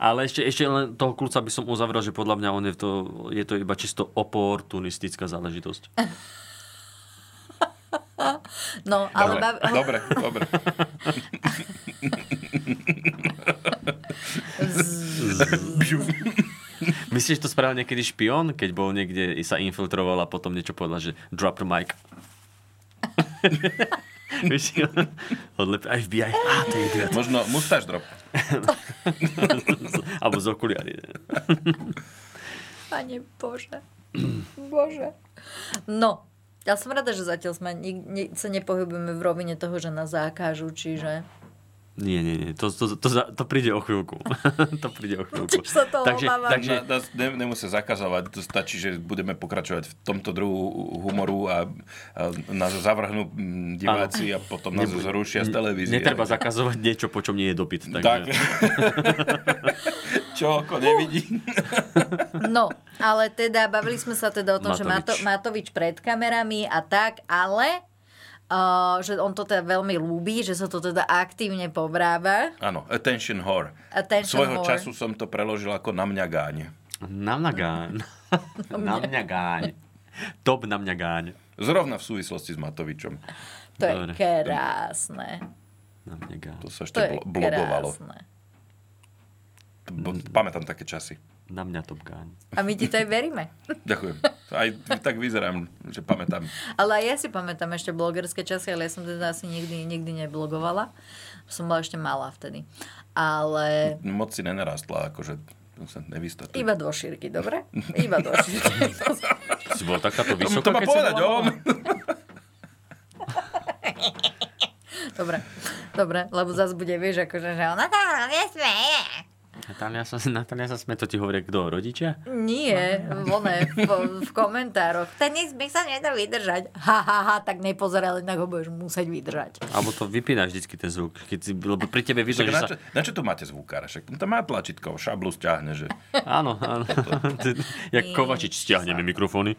Speaker 5: Ale ešte, ešte len toho kulca by som uzavrel, že podľa mňa on je to, je to iba čisto oportunistická záležitosť.
Speaker 4: No, ale...
Speaker 6: Dobre,
Speaker 4: bav-
Speaker 6: dobre, dobre.
Speaker 5: Myslíš, že to spravil niekedy špion, keď bol niekde, i sa infiltroval a potom niečo povedal, že drop the mic. Vieš, odlep, aj FBI, á, to je idiot.
Speaker 6: Možno mustáš drop.
Speaker 5: Alebo z okuliary.
Speaker 4: Pane Bože. Bože. No, ja som rada, že zatiaľ sme ni- ni- sa nepohybujeme v rovine toho, že nás zakážu, čiže...
Speaker 5: Nie, nie, nie, to, to, to, za- to príde o chvíľku. to príde o chvíľku.
Speaker 4: Tiež sa toho
Speaker 5: takže,
Speaker 4: obávam.
Speaker 5: takže,
Speaker 6: Takže nás ne, nemusia zakazovať, to stačí, že budeme pokračovať v tomto druhu humoru a, a nás zavrhnú mm, diváci a potom nás
Speaker 5: Nebude-
Speaker 6: zrušia z televízie.
Speaker 5: Netreba zakazovať niečo, po čom nie je dopyt. Takže...
Speaker 6: Tak. Čo ako nevidí?
Speaker 4: No, ale teda bavili sme sa teda o tom, že Mato,
Speaker 5: Matovič.
Speaker 4: Matovič pred kamerami a tak, ale uh, že on to teda veľmi ľúbi, že sa to teda aktívne povráva.
Speaker 6: Áno, attention whore.
Speaker 4: Attention
Speaker 6: Svojho
Speaker 4: whore.
Speaker 6: času som to preložil ako na mňa gáň.
Speaker 5: Na mňa gáň. Na mňa gáň. Top na mňa gáň.
Speaker 6: Zrovna v súvislosti s Matovičom.
Speaker 4: To je
Speaker 5: Dobre.
Speaker 4: krásne.
Speaker 5: Na mňa gáň.
Speaker 6: To
Speaker 4: To
Speaker 6: sa
Speaker 4: je
Speaker 6: ešte blo- blogovalo.
Speaker 4: krásne.
Speaker 6: To bo- Pamätám také časy.
Speaker 5: Na mňa top gáň.
Speaker 4: A my ti to aj veríme.
Speaker 6: Ďakujem. Aj tak vyzerám, že pamätám.
Speaker 4: Ale aj ja si pamätám ešte blogerské časy, ale ja som teda asi nikdy, nikdy neblogovala. Som bola ešte malá vtedy. Ale
Speaker 6: Moc si nenarastla, akože to sa nevystatuje.
Speaker 4: iba do šírky, dobre? Iba do šírky.
Speaker 5: Si bola takáto
Speaker 6: To,
Speaker 5: vysoká,
Speaker 6: to má
Speaker 5: keď si
Speaker 6: povedať
Speaker 5: bola
Speaker 6: on.
Speaker 5: malá?
Speaker 4: Dobre, dobre, lebo zase bude, vieš, akože, že ona to nesmie.
Speaker 5: Natália sa, Natália sa sme, to ti hovoria kto? Rodičia?
Speaker 4: Nie, one v, v komentároch. Ten nesmie sa nedá vydržať. Ha, ha, ha, tak nepozeraj, ale inak ho budeš musieť vydržať.
Speaker 5: Alebo to vypínaš vždycky ten zvuk, keď si, lebo pri tebe
Speaker 6: Však
Speaker 5: vidno, že
Speaker 6: na,
Speaker 5: sa...
Speaker 6: čo, na čo tu máte zvukára? Však tam má tlačítko, šablu stiahne, že...
Speaker 5: Áno, áno. Ty- Jak Kovačič, stiahneme mikrofóny.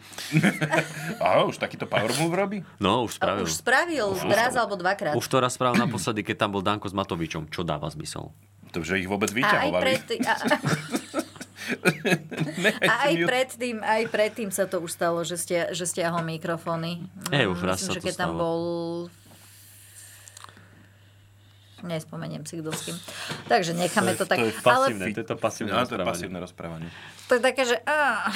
Speaker 6: Aha, už takýto power move robí?
Speaker 5: No, už spravil.
Speaker 4: Už spravil raz alebo dvakrát.
Speaker 5: Už to raz spravil naposledy, keď tam bol Danko s Matovičom. Čo dáva zmysel?
Speaker 6: To, že ich
Speaker 4: A
Speaker 6: vôbec
Speaker 4: aj,
Speaker 6: vyťahovali.
Speaker 4: predtým, a, a aj, predtým, aj predtým sa to už stalo, že, stia, že stiahol mikrofóny.
Speaker 5: Ej,
Speaker 4: Mm,
Speaker 5: už raz
Speaker 4: Myslím,
Speaker 5: sa
Speaker 4: že
Speaker 5: to
Speaker 4: keď tam
Speaker 5: stalo.
Speaker 4: bol... Nespomeniem si, kto s kým. Takže necháme to, tak. Ale
Speaker 5: to je No, to pasívne
Speaker 6: Áno, to je pasívne rozprávanie.
Speaker 4: to je také, že... Á,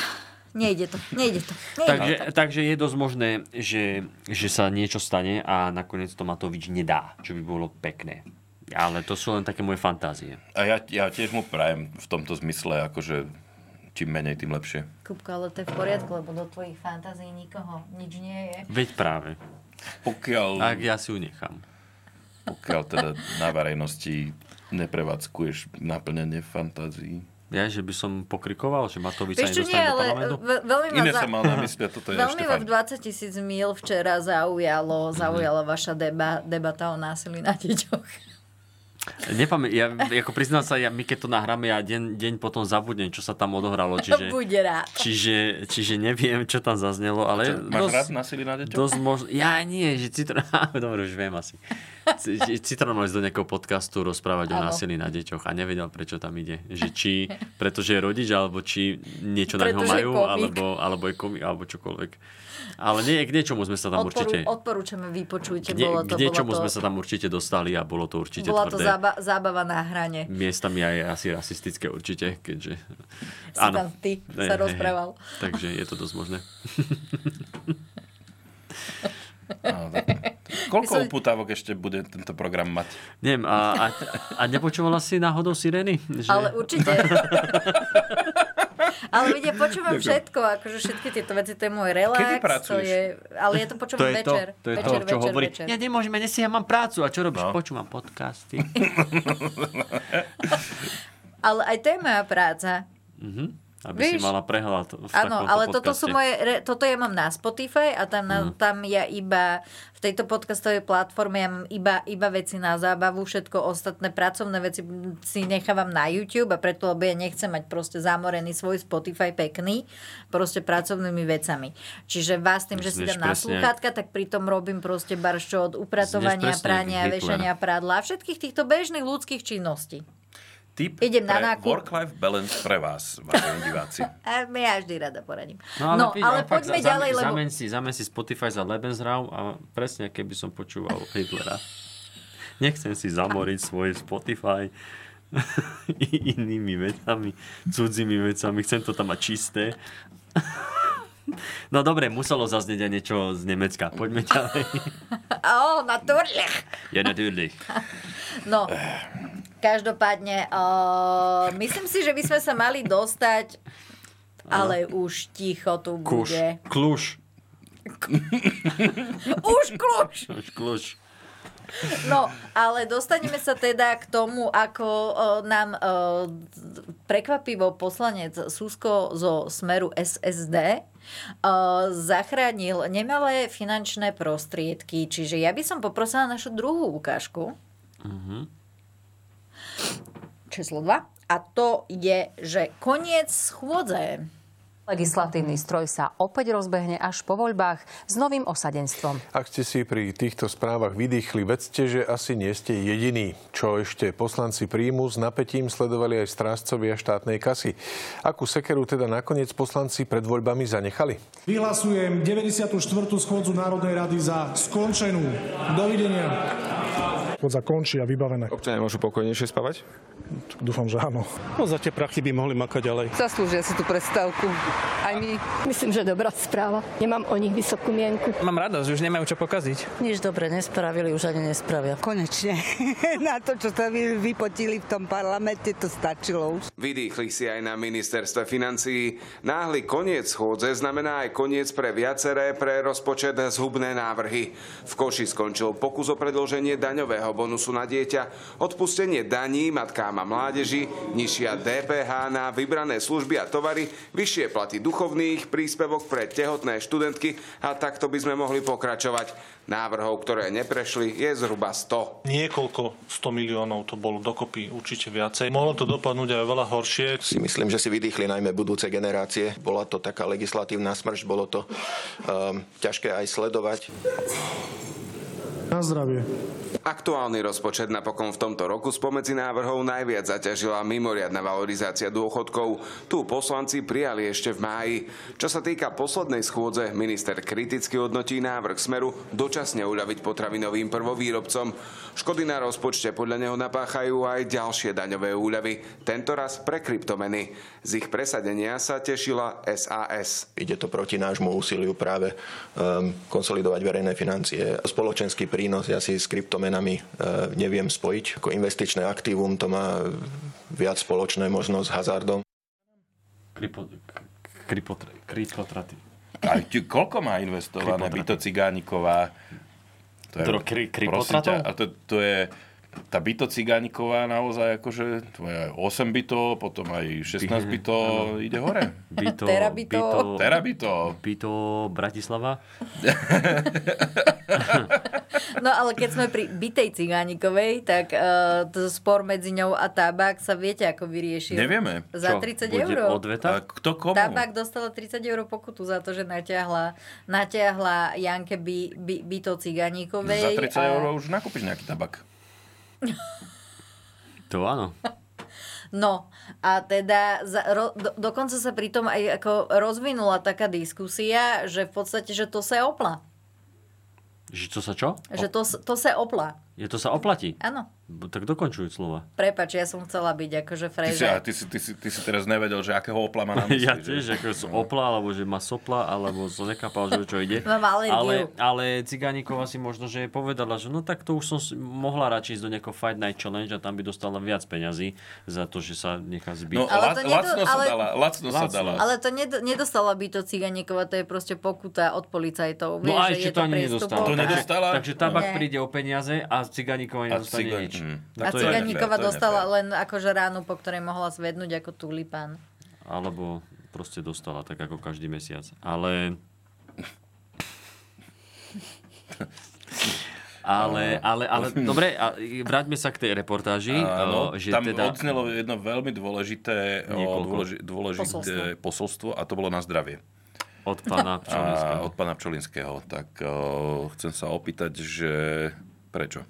Speaker 4: nejde to, nejde to. Nejde
Speaker 5: Takže,
Speaker 4: to.
Speaker 5: takže je dosť možné, že, že sa niečo stane a nakoniec to Matovič nedá, čo by bolo pekné. Ale to sú len také moje fantázie.
Speaker 6: A ja, ja tiež mu prajem v tomto zmysle, akože čím menej, tým lepšie.
Speaker 4: Kupka, ale to je v poriadku, lebo do tvojich fantázií nikoho nič nie je.
Speaker 5: Veď práve.
Speaker 6: Pokiaľ,
Speaker 5: Tak ja si ju nechám.
Speaker 6: pokiaľ teda na verejnosti neprevádzkuješ naplňanie fantázií.
Speaker 5: Ja, že by som pokrikoval, že Matovič sa
Speaker 4: Vieš čo, nie,
Speaker 5: nedostane
Speaker 4: ale
Speaker 5: do
Speaker 4: eh,
Speaker 5: parlamentu?
Speaker 4: ve- veľmi ma
Speaker 6: Iné
Speaker 4: za-
Speaker 6: som mal na mysli, a toto je
Speaker 4: Veľmi
Speaker 6: ešte
Speaker 4: ma
Speaker 6: fajn.
Speaker 4: v 20 tisíc mil včera zaujalo, zaujala vaša deba, debata o násilí na deťoch.
Speaker 5: Nepamä- ja, ako priznám sa, ja, my keď to nahráme, ja deň, deň potom zabudnem, čo sa tam odohralo. Čiže,
Speaker 4: Bude rád.
Speaker 5: čiže, čiže neviem, čo tam zaznelo, ale...
Speaker 6: Máš rád násilie na deťoch?
Speaker 5: dosť možno... Ja nie, že citrónové... Dobre, už viem asi. C- Citron mali ísť do nejakého podcastu rozprávať o
Speaker 4: Áno.
Speaker 5: násilí na deťoch a nevedel, prečo tam ide. Že či, pretože je rodič, alebo či niečo na ňo
Speaker 4: Pretože je
Speaker 5: majú,
Speaker 4: komik.
Speaker 5: alebo, alebo je komik, alebo čokoľvek. Ale nie, k niečomu sme sa tam určite...
Speaker 4: Odporúčame vypočuť.
Speaker 5: K, nie,
Speaker 4: bolo
Speaker 5: k
Speaker 4: to,
Speaker 5: niečomu
Speaker 4: bola to,
Speaker 5: sme sa tam určite dostali a bolo to určite
Speaker 4: bola to
Speaker 5: tvrdé.
Speaker 4: zába, zábava na hrane.
Speaker 5: Miestami aj asi rasistické určite, keďže...
Speaker 4: Si tam ty sa rozprával.
Speaker 5: Takže je to dosť možné.
Speaker 6: Koľko
Speaker 4: Myslím-
Speaker 6: uputávok ešte bude tento program mať?
Speaker 5: Neviem, a, a, a nepočúvala si náhodou sirény? Že...
Speaker 4: Ale určite. ale vidia, počúvam
Speaker 5: Ďakujem.
Speaker 4: všetko, akože všetky tieto veci, to je môj relax.
Speaker 5: Kedy
Speaker 4: To
Speaker 5: pracuješ?
Speaker 4: je, ale ja to počúvam
Speaker 5: To je to,
Speaker 4: večer.
Speaker 5: to je to,
Speaker 4: večer,
Speaker 5: čo
Speaker 4: večer,
Speaker 5: hovorí.
Speaker 4: Večer.
Speaker 5: Ja nemôžem, ja si ja mám prácu. A čo robíš? No. Počúvam podcasty.
Speaker 4: Ale aj to je moja práca.
Speaker 5: Mhm. Aby si
Speaker 4: Víš?
Speaker 5: mala prehľad v
Speaker 4: Áno,
Speaker 5: takomto
Speaker 4: ale toto sú
Speaker 5: podcaste.
Speaker 4: moje, re- toto ja mám na Spotify a tam, na,
Speaker 5: Mhm.
Speaker 4: tam ja iba v tejto podcastovej platforme ja mám iba, iba veci na zábavu, všetko ostatné pracovné veci si nechávam na YouTube a preto, lebo ja nechcem mať proste zamorený svoj Spotify pekný proste pracovnými vecami. Čiže vás tým, že si
Speaker 5: Znieš
Speaker 4: dám na
Speaker 5: presne-
Speaker 4: slúchatka, tak pritom robím proste barščo od upratovania,
Speaker 5: Znieš presne
Speaker 4: prania,
Speaker 5: Hitler.
Speaker 4: vešania prádla a všetkých týchto bežných ľudských činností.
Speaker 6: Tip
Speaker 4: Idem na
Speaker 6: pre
Speaker 4: nákup.
Speaker 6: Work-life balance pre vás, vážení diváci.
Speaker 4: A ja vždy rada poradím.
Speaker 5: No ale,
Speaker 4: No,
Speaker 5: vidíš,
Speaker 4: ale
Speaker 5: fakt,
Speaker 4: poďme
Speaker 5: za-
Speaker 4: ďalej, lebo...
Speaker 5: Zamen si, zamen si Spotify za Lebensraum a presne keby som počúval Hitlera. Nechcem si zamoriť svoje Spotify inými vecami, cudzími vecami. Chcem to tam mať čisté. No dobre, muselo zaznieť aj niečo z Nemecka. Poďme ďalej.
Speaker 4: Ó, naturlich.
Speaker 5: Ja natürlich.
Speaker 4: No, každopádne, uh, myslím si, že by sme sa mali dostať, ale už ticho tu
Speaker 5: Kuš.
Speaker 4: bude.
Speaker 5: Kluš.
Speaker 4: Už kľúč!
Speaker 5: Kluš. kluš.
Speaker 4: No, ale dostaneme sa teda k tomu, ako uh, nám uh, prekvapivo poslanec Susko zo Smeru SSD uh, e, zachránil nemalé finančné prostriedky. Čiže ja by som poprosila našu druhú ukážku.
Speaker 5: Mhm.
Speaker 4: číslo 2 a to je, že koniec schôdze.
Speaker 14: Legislatívny stroj sa opäť rozbehne až po voľbách s novým osadenstvom.
Speaker 15: Ak ste si pri týchto správach vydýchli, vedzte, že asi nie ste jediní. Čo ešte poslanci príjmu s napätím sledovali aj strážcovia štátnej kasy. Akú sekeru teda nakoniec poslanci pred voľbami zanechali?
Speaker 16: Vyhlasujem 94. schôdzu Národnej rady za skončenú. Dovidenia. Schôdza končí a vybavené.
Speaker 17: Občania môžu pokojnejšie spávať?
Speaker 16: Dúfam, že áno.
Speaker 17: No za tie prachy by mohli makať ďalej.
Speaker 18: Zaslúžia si tú prestávku. Aj my. Myslím, že dobrá správa. Nemám o nich vysokú mienku.
Speaker 19: Mám radosť, že už nemajú čo pokaziť.
Speaker 18: Nič dobre nespravili, už ani nespravia. Konečne. Na to, čo sa vy, vypotili v tom parlamente, to stačilo už.
Speaker 9: Vydýchli si aj na ministerstve financií. Náhly koniec schôdze znamená aj koniec pre viaceré pre rozpočet zhubné návrhy. V Koši skončil pokus o predlženie daňového bonusu na dieťa, odpustenie daní matkám a mládeži, nižšia DPH na vybrané služby a tovary, vyššie platy duchovných, príspevok pre tehotné študentky a takto by sme mohli pokračovať. Návrhov, ktoré neprešli, je zhruba 100.
Speaker 17: Niekoľko 100 miliónov to bolo dokopy určite viacej. Mohlo to dopadnúť aj veľa horšie.
Speaker 20: si myslím, že si vydýchli najmä budúce generácie. Bola to taká legislatívna smrž, bolo to um, ťažké aj sledovať.
Speaker 16: Na zdravie.
Speaker 9: Aktuálny rozpočet napokon v tomto roku spomedzi návrhov najviac zaťažila mimoriadna valorizácia dôchodkov. Tu poslanci prijali ešte v máji. Čo sa týka poslednej schôdze, minister kriticky hodnotí návrh smeru dočasne uľaviť potravinovým prvovýrobcom. Škody na rozpočte podľa neho napáchajú aj ďalšie daňové úľavy, tentoraz pre kryptomeny. Z ich presadenia sa tešila SAS.
Speaker 20: Ide to proti nášmu úsiliu práve um, konsolidovať verejné financie. Spoločenský prínos ja si s kryptomenami uh, neviem spojiť. Ako investičné aktívum to má viac spoločné možno s hazardom.
Speaker 5: Kripo, kripotre, kripotraty.
Speaker 6: Aj ti, koľko má investované
Speaker 5: Krypotrat.
Speaker 6: Byto Cigániková?
Speaker 5: Dro- kri-
Speaker 6: prosím
Speaker 5: krypotratov?
Speaker 6: ťa, a to, to je tá byto cigániková naozaj akože to je aj 8 bytov, potom aj 16 bytov, ide hore.
Speaker 5: Byto,
Speaker 6: Terabito.
Speaker 5: Byto,
Speaker 6: Terabito.
Speaker 5: Byto Bratislava.
Speaker 4: No ale keď sme pri bitej Cigánikovej, tak uh, to spor medzi ňou a tabak sa viete, ako vyriešil.
Speaker 6: Nevieme.
Speaker 4: Za
Speaker 6: Čo,
Speaker 4: 30
Speaker 6: bude
Speaker 4: eur.
Speaker 5: odveta?
Speaker 6: A kto komu?
Speaker 4: Tabak dostala 30 eur pokutu za to, že natiahla, natiahla Janke by, by, byto
Speaker 6: Za
Speaker 4: Ciganíkovej.
Speaker 6: 30 eur už nakúpiš nejaký tabak.
Speaker 5: To áno.
Speaker 4: No a teda za, ro, do, dokonca sa pri tom aj ako rozvinula taká diskusia, že v podstate, že to sa opla.
Speaker 5: Že to sa čo?
Speaker 4: Že to, s- to sa opla.
Speaker 5: Je to sa oplatí?
Speaker 4: Áno.
Speaker 5: Bo- Tak dokončujú slova.
Speaker 4: Prepač, ja som chcela byť akože
Speaker 6: Ty si,
Speaker 4: frejza.
Speaker 6: a ty, si, ty, si, ty si teraz nevedel, že akého opla má na mysli.
Speaker 5: Ja tiež, ako
Speaker 6: No.
Speaker 5: som opla, alebo že ma sopla, alebo som nechápal, že o čo ide.
Speaker 4: Mám
Speaker 5: ale,
Speaker 4: alergiu.
Speaker 5: ale Cigánikova si možno, že povedala, že no tak to už som si- mohla radšej ísť do nejakého Fight Night Challenge a tam by dostala viac peňazí za to, že sa nechá zbiť.
Speaker 6: No, Ale to lac- nedo- lacno sa ale- dala, lacno sa dala.
Speaker 4: Ale to ned- nedostala by to Ciganíkova, to je proste pokuta od policajtov. Vieš,
Speaker 5: No a
Speaker 4: že
Speaker 5: ešte
Speaker 4: je
Speaker 5: to ani
Speaker 4: prestupom.
Speaker 5: nedostala.
Speaker 6: To
Speaker 5: Takže-
Speaker 6: nedostala?
Speaker 5: Takže tabak
Speaker 4: Nie.
Speaker 5: príde o peniaze a Cigánikova nedostane
Speaker 6: Cigán-
Speaker 5: nič.
Speaker 6: Mm.
Speaker 5: No
Speaker 4: A
Speaker 5: to je-
Speaker 4: Ciganíkova
Speaker 5: to je nefér.
Speaker 4: dostala len akože ránu, po ktorej mohla zvednúť ako tulipán.
Speaker 5: Alebo proste dostala, tak ako každý mesiac. Ale...
Speaker 6: No.
Speaker 5: Ale, ale, ale, dobre, a vráťme sa k tej reportáži.
Speaker 6: Áno,
Speaker 5: o, že
Speaker 6: tam
Speaker 5: teda...
Speaker 6: odznelo jedno veľmi dôležité, o,
Speaker 5: Niekoľko.
Speaker 6: dôleži, dôležité posolstvo. a to bolo na zdravie.
Speaker 5: Od pána Pčolinského.
Speaker 6: A, od pána Pčolinského. Tak o, chcem sa opýtať, že prečo?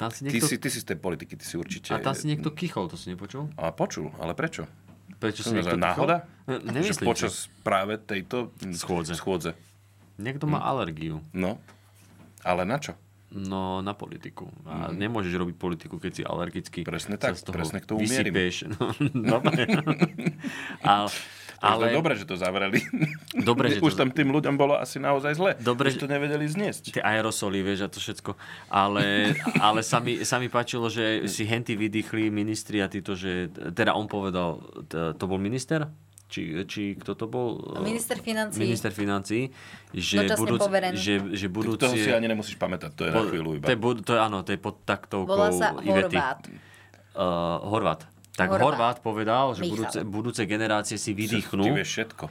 Speaker 5: Tam si
Speaker 6: ty,
Speaker 5: niekto-
Speaker 6: si, ty si z tej politiky, ty si určite...
Speaker 5: A tam si niekto kichol, to si nepočul?
Speaker 6: A počul, ale prečo?
Speaker 5: Prečo si
Speaker 6: To je
Speaker 5: niekto
Speaker 6: náhoda?
Speaker 5: kichol? Ne-
Speaker 6: Že
Speaker 5: nemyslím si.
Speaker 6: počas práve tejto mm,
Speaker 5: Schôdze.
Speaker 6: schôdze.
Speaker 5: Niekto má alergiu.
Speaker 6: No, ale na čo?
Speaker 5: No, na politiku. A nemôžeš robiť politiku, keď si alergický.
Speaker 6: Mhm. Presne
Speaker 5: Sa
Speaker 6: tak,
Speaker 5: z toho
Speaker 6: presne k tomu mierim.
Speaker 5: vysypeš. No, dobre. ale, ale...
Speaker 6: Ale... Dobre, že to zavreli.
Speaker 5: Dobre, že
Speaker 6: Už
Speaker 5: to-
Speaker 6: tam tým ľuďom bolo asi naozaj zle.
Speaker 5: Dobre,
Speaker 6: Už
Speaker 5: že-
Speaker 6: to nevedeli zniesť.
Speaker 5: Tie aerosoly, vieš, a to všetko. Ale, ale sa, mi, sa mi páčilo, že si henty vydýchli ministri a títo, že... Teda on povedal, t- to bol minister? Či, či kto to bol?
Speaker 4: Minister financií.
Speaker 5: Minister financí. Že,
Speaker 4: Dočasne poverený.
Speaker 5: že, že budúci...
Speaker 6: Toho si ani nemusíš pamätať, to je na
Speaker 5: Po-
Speaker 6: chvíľu iba.
Speaker 5: To je, bud- to je, áno, to je pod taktovkou
Speaker 4: Volá sa
Speaker 5: Ivety.
Speaker 4: Horvát.
Speaker 5: Uh, Horvát. Tak
Speaker 4: Horvát.
Speaker 5: Horvát, povedal, že
Speaker 4: Michal.
Speaker 5: budúce, budúce generácie si vydýchnú.
Speaker 6: Ty vieš všetko.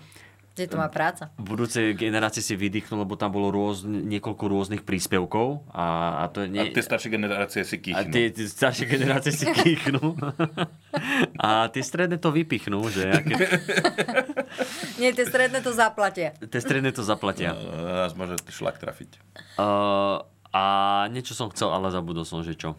Speaker 4: Kde to má práca?
Speaker 5: Budúce generácie si vydýchnú, lebo tam bolo rôzne, niekoľko rôznych príspevkov. A, a to je...
Speaker 6: A
Speaker 5: Nie,
Speaker 6: tie staršie generácie si
Speaker 5: a
Speaker 6: kýchnú.
Speaker 5: tie, tie staršie generácie si kýchnú. a tie stredné to vypichnú, že? A Keď,
Speaker 4: Nie, tie stredné to zaplatia.
Speaker 5: tie stredné to zaplatia.
Speaker 6: No, Nás môže šlak trafiť.
Speaker 5: Uh, a niečo som chcel, ale zabudol som, že čo.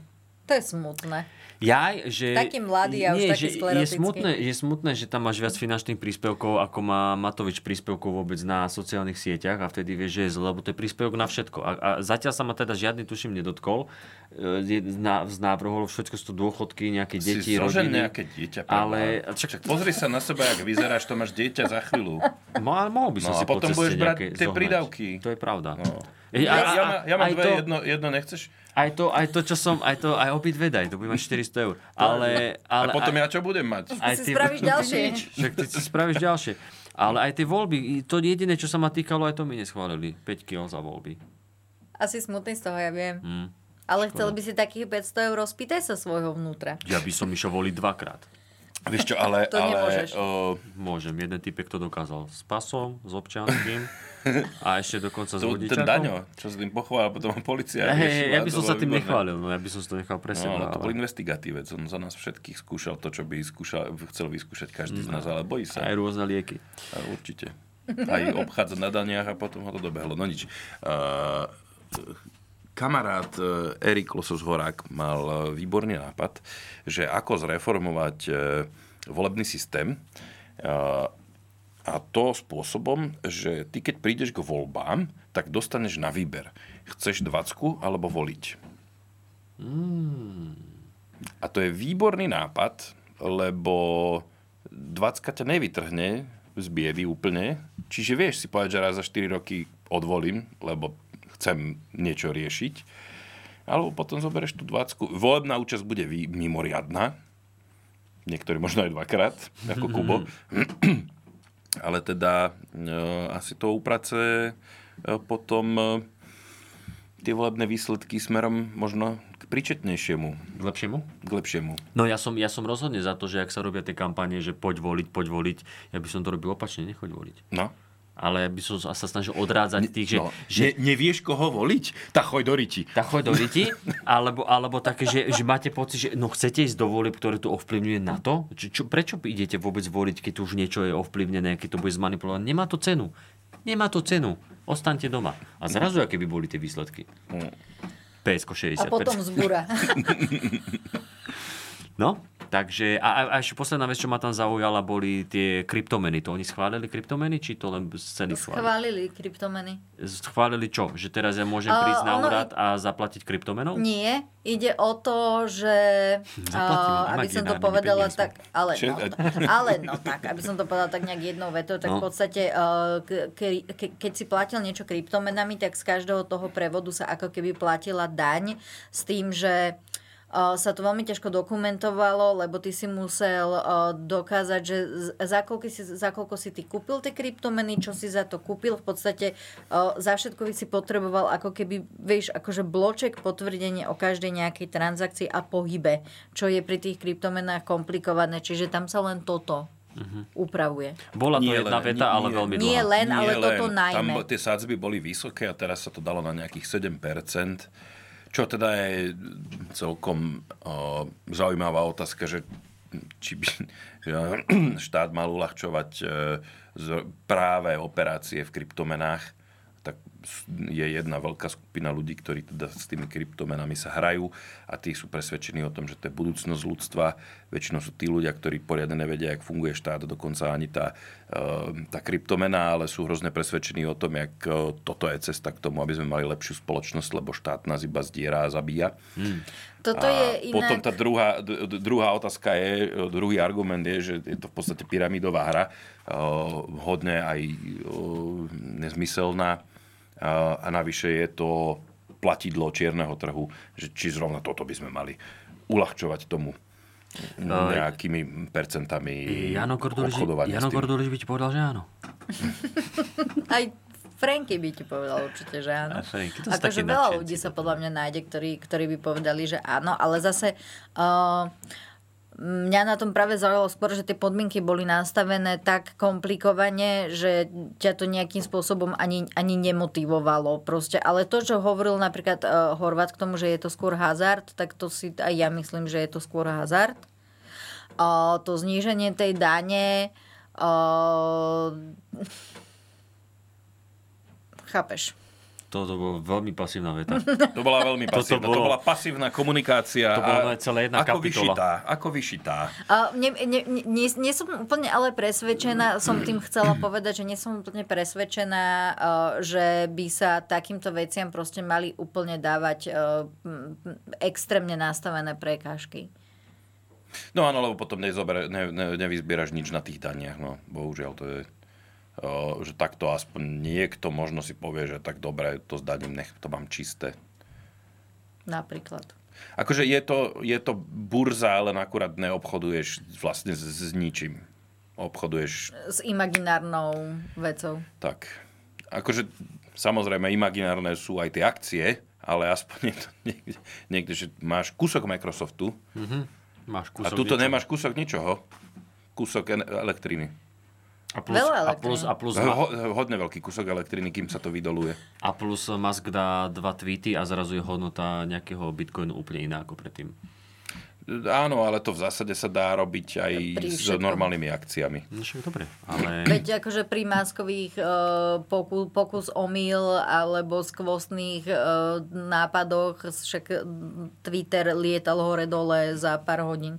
Speaker 4: To je smutné.
Speaker 5: Jaj, že...
Speaker 4: Taký mladý a už
Speaker 5: nie,
Speaker 4: taký
Speaker 5: že je
Speaker 4: sklerotický.
Speaker 5: smutné, je smutné, že tam máš viac finančných príspevkov, ako má Matovič príspevkov vôbec na sociálnych sieťach a vtedy vieš, že je zle, lebo to je príspevok na všetko. A, a zatiaľ sa ma teda žiadny, tuším, nedotkol e, je na, z návrhov, lebo všetko sú to dôchodky, nejaké deti,
Speaker 6: si zožen
Speaker 5: rodiny.
Speaker 6: nejaké dieťa.
Speaker 5: Ale-
Speaker 6: Ale... Čak, pozri sa na seba, jak vyzeráš, to máš dieťa za chvíľu.
Speaker 5: Mo, ale mohol by som
Speaker 6: No
Speaker 5: si
Speaker 6: a potom
Speaker 5: po ceste
Speaker 6: budeš brať
Speaker 5: nejaké
Speaker 6: tie
Speaker 5: zohnať.
Speaker 6: prídavky.
Speaker 5: To je pravda. No.
Speaker 6: Ja, ja, má- ja mám dve, jedno, jedno nechceš?
Speaker 5: Aj to, aj to, čo som, aj to, aj obidve daj, to bude mať 400 eur. Ale, ale,
Speaker 6: a potom ja čo budem mať?
Speaker 5: Aj
Speaker 4: si
Speaker 5: tie- No,
Speaker 4: spravíš ďalšie.
Speaker 5: Nič, Však ty si spravíš ďalšie. Ale aj tie voľby, to jediné, čo sa ma týkalo, aj to mi neschválili. 5 kg za voľby.
Speaker 4: Asi smutný z toho, ja viem.
Speaker 5: Hm.
Speaker 4: Ale chcel by si takých 500 eur, spýtaj sa svojho vnútra.
Speaker 5: Ja by som išiel voliť dvakrát.
Speaker 6: Vieš čo, ale...
Speaker 4: To
Speaker 6: ale
Speaker 4: nemôžeš.
Speaker 6: o,
Speaker 5: Môžem, jeden typek to dokázal. S pasom, s občianským a ešte dokonca s
Speaker 6: to, ten
Speaker 5: vodičakom.
Speaker 6: Daňo, čo s tým pochválil, potom ho
Speaker 5: Hej,
Speaker 6: policia
Speaker 5: hej,
Speaker 6: riešila,
Speaker 5: ja by
Speaker 6: to
Speaker 5: som
Speaker 6: bolo
Speaker 5: sa tým
Speaker 6: výborné.
Speaker 5: nechválil, no ja by som si to nechal pre seba.
Speaker 6: No, ale to bol
Speaker 5: ale-
Speaker 6: investigatívec, on za nás všetkých skúšal to, čo by skúšal, chcel vyskúšať každý z nás, ale bojí sa.
Speaker 5: No. Aj rôzne lieky.
Speaker 6: A určite. Aj obchádza na daniach a potom ho to dobehlo. No nič. Uh, kamarát eh, Erik Losos Horák mal eh, výborný nápad, že ako zreformovať eh, volebný systém eh, a to spôsobom, že ty keď prídeš k voľbám, tak dostaneš na výber. Chceš 20 alebo voliť. A to je výborný nápad, lebo 20 ťa nevytrhne z biedy úplne. Čiže vieš si povedať, že raz za 4 roky odvolím, lebo chcem niečo riešiť. Alebo potom zoberieš tú 20. Volebná účasť bude vý- mimoriadná. Niektorí možno aj dvakrát, ako Kubo. Ale teda e, asi to uprace e, potom e, tie volebné výsledky smerom možno k príčetnejšiemu. K
Speaker 5: lepšiemu?
Speaker 6: K lepšiemu.
Speaker 5: No ja som, ja som rozhodne za to, že ak sa robia tie kampanie, že poď voliť, poď voliť, ja by som to robil opačne, nechoď voliť.
Speaker 6: No.
Speaker 5: A ale by som sa snažil odrádzať tých, že,
Speaker 6: no,
Speaker 5: že
Speaker 6: ne, nevieš, koho voliť? Tak choď do riti.
Speaker 5: Tak choď do riti, alebo, alebo také, že, že máte pocit, že no chcete ísť do volieb, ktoré tu ovplyvňuje na to? Čo, čo, prečo idete vôbec voliť, keď už niečo je ovplyvnené, keď to bude zmanipulované? Nemá to cenu. Nemá to cenu. Ostaňte doma. A zrazu, aké by boli tie výsledky?
Speaker 4: A
Speaker 5: PSK 60%.
Speaker 4: potom zbúra.
Speaker 5: No, takže a, a- a ešte posledná vec, čo ma tam zaujala, boli tie kryptomeny. To oni schválili kryptomeny, či to len z ceny schválili?
Speaker 4: Chválili kryptomeny.
Speaker 5: Schválili čo? Že teraz ja môžem
Speaker 4: A
Speaker 5: prísť na
Speaker 4: ono-
Speaker 5: úrad a zaplatiť kryptomenou?
Speaker 4: Nie, ide o to, že...
Speaker 5: Hm, Zaplatíme
Speaker 4: eh, aby som to
Speaker 5: imaginárnymi
Speaker 4: povedala
Speaker 5: peniazmi.
Speaker 4: tak... Ale
Speaker 5: Čo?
Speaker 4: no, ale no tak, aby som to povedala tak nejak jednou vetou, tak
Speaker 5: No.
Speaker 4: v podstate, eh, ke- ke- ke- keď si platil niečo kryptomenami, tak z každého toho prevodu sa ako keby platila daň s tým, že eh, sa to veľmi ťažko dokumentovalo, lebo ty si musel eh, dokázať, že z- za koľko, si, za koľko si ty kúpil tie kryptomeny, čo si za to kúpil, v podstate eh, za všetko by si potreboval ako keby, vieš, akože bloček potvrdenie o každej nejakej transakcii a pohybe, čo je pri tých kryptomenách komplikované, čiže tam sa len toto upravuje.
Speaker 5: Bola to
Speaker 6: Nie
Speaker 5: jedna
Speaker 6: len,
Speaker 5: veta,
Speaker 6: nie,
Speaker 5: ale
Speaker 6: nie.
Speaker 5: veľmi dlhá.
Speaker 4: Nie len, ale toto najmä.
Speaker 6: Tam bo- tie sadzby boli vysoké a teraz sa to dalo na nejakých 7%, čo teda je celkom o, zaujímavá otázka, že či by že štát mal uľahčovať e, z- práve operácie v kryptomenách, tak s- je jedna veľká skupina ľudí, ktorí teda s tými kryptomenami sa hrajú a tí sú presvedčení o tom, že to je budúcnosť ľudstva. Väčšinou sú tí ľudia, ktorí poriadne nevedia, jak funguje štát, dokonca ani tá, e, tá kryptomena, ale sú hrozne presvedčení o tom, jak e, toto je cesta k tomu, aby sme mali lepšiu spoločnosť, lebo štát nás iba zdiera a zabíja.
Speaker 4: Toto
Speaker 6: a
Speaker 4: je inak-
Speaker 6: potom tá druhá, d- d- druhá otázka je, e, druhý argument je, že je to v podstate pyramidová hra, e, hodne aj e, nezmyselná e, a navyše je to platidlo čierneho trhu, že či zrovna toto by sme mali uľahčovať tomu nejakými percentami
Speaker 5: No, e, Jano Kordolič,
Speaker 6: obchodovania
Speaker 5: Jano
Speaker 6: s tým.
Speaker 5: Kordolič by ti povedal, že áno.
Speaker 4: Aj Franky by ti povedal určite, že áno.
Speaker 5: A Franky, to sú
Speaker 4: Akože
Speaker 5: takí
Speaker 4: veľa
Speaker 5: nadšenci
Speaker 4: ľudí sa podľa mňa nájde, ktorí, ktorí by povedali, že áno, ale zase... Uh, mňa na tom práve zaujalo skôr, že tie podmienky boli nastavené tak komplikovane, že ťa to nejakým spôsobom ani, ani nemotivovalo. Proste. Ale to, čo hovoril napríklad uh, Horvat k tomu, že je to skôr hazard, tak to si aj ja myslím, že je to skôr hazard. Uh, to zníženie tej dane... Uh, chápeš.
Speaker 5: Toto bolo veľmi pasívna veta.
Speaker 6: To bola veľmi
Speaker 5: Toto
Speaker 6: pasívna. To,
Speaker 5: bolo-
Speaker 6: bola pasívna komunikácia.
Speaker 5: To bola celá jedna
Speaker 6: ako
Speaker 5: kapitola.
Speaker 6: Vyšitá, ako vyšitá.
Speaker 4: A ne, ne, ne, nie, nie som úplne ale presvedčená, som tým chcela povedať, že nie som úplne presvedčená, eh, že by sa takýmto veciam proste mali úplne dávať eh, m, m, extrémne nastavené prekážky.
Speaker 6: No áno, lebo potom nezober, ne, ne, nevyzbieraš nič na tých daniach. No, bohužiaľ, to je... O, že takto aspoň niekto možno si povie, že tak dobre, to zdaním, nech to mám čisté.
Speaker 4: Napríklad.
Speaker 6: Akože je to, je to burza, len akurát neobchoduješ vlastne s, s ničím. Obchoduješ
Speaker 4: S imaginárnou vecou.
Speaker 6: tak. Akože samozrejme imaginárne sú aj tie akcie, ale aspoň je to niekde, niekde že máš kúsok Microsoftu,
Speaker 5: Mhm. Máš
Speaker 6: a
Speaker 5: kúsok
Speaker 6: tuto
Speaker 5: niečoho.
Speaker 6: nemáš kúsok ničoho. Kúsok en- elektriny.
Speaker 5: A plus,
Speaker 4: Veľa
Speaker 5: a plus, a plus,
Speaker 6: Ho, hodne veľký kúsok elektriny, kým sa to vydoluje.
Speaker 5: a plus Musk dá dva tweety a zrazu je hodnota nejakého bitcoinu úplne iná ako predtým.
Speaker 6: Áno, ale to v zásade sa dá robiť aj
Speaker 4: Pri
Speaker 6: s
Speaker 4: všetkom.
Speaker 6: normálnymi akciami.
Speaker 5: No však dobre, ale...
Speaker 4: Veď akože pri maskových eh, poku, pokus omyl alebo skvostných eh, nápadoch však Twitter lietal hore-dole za pár hodín.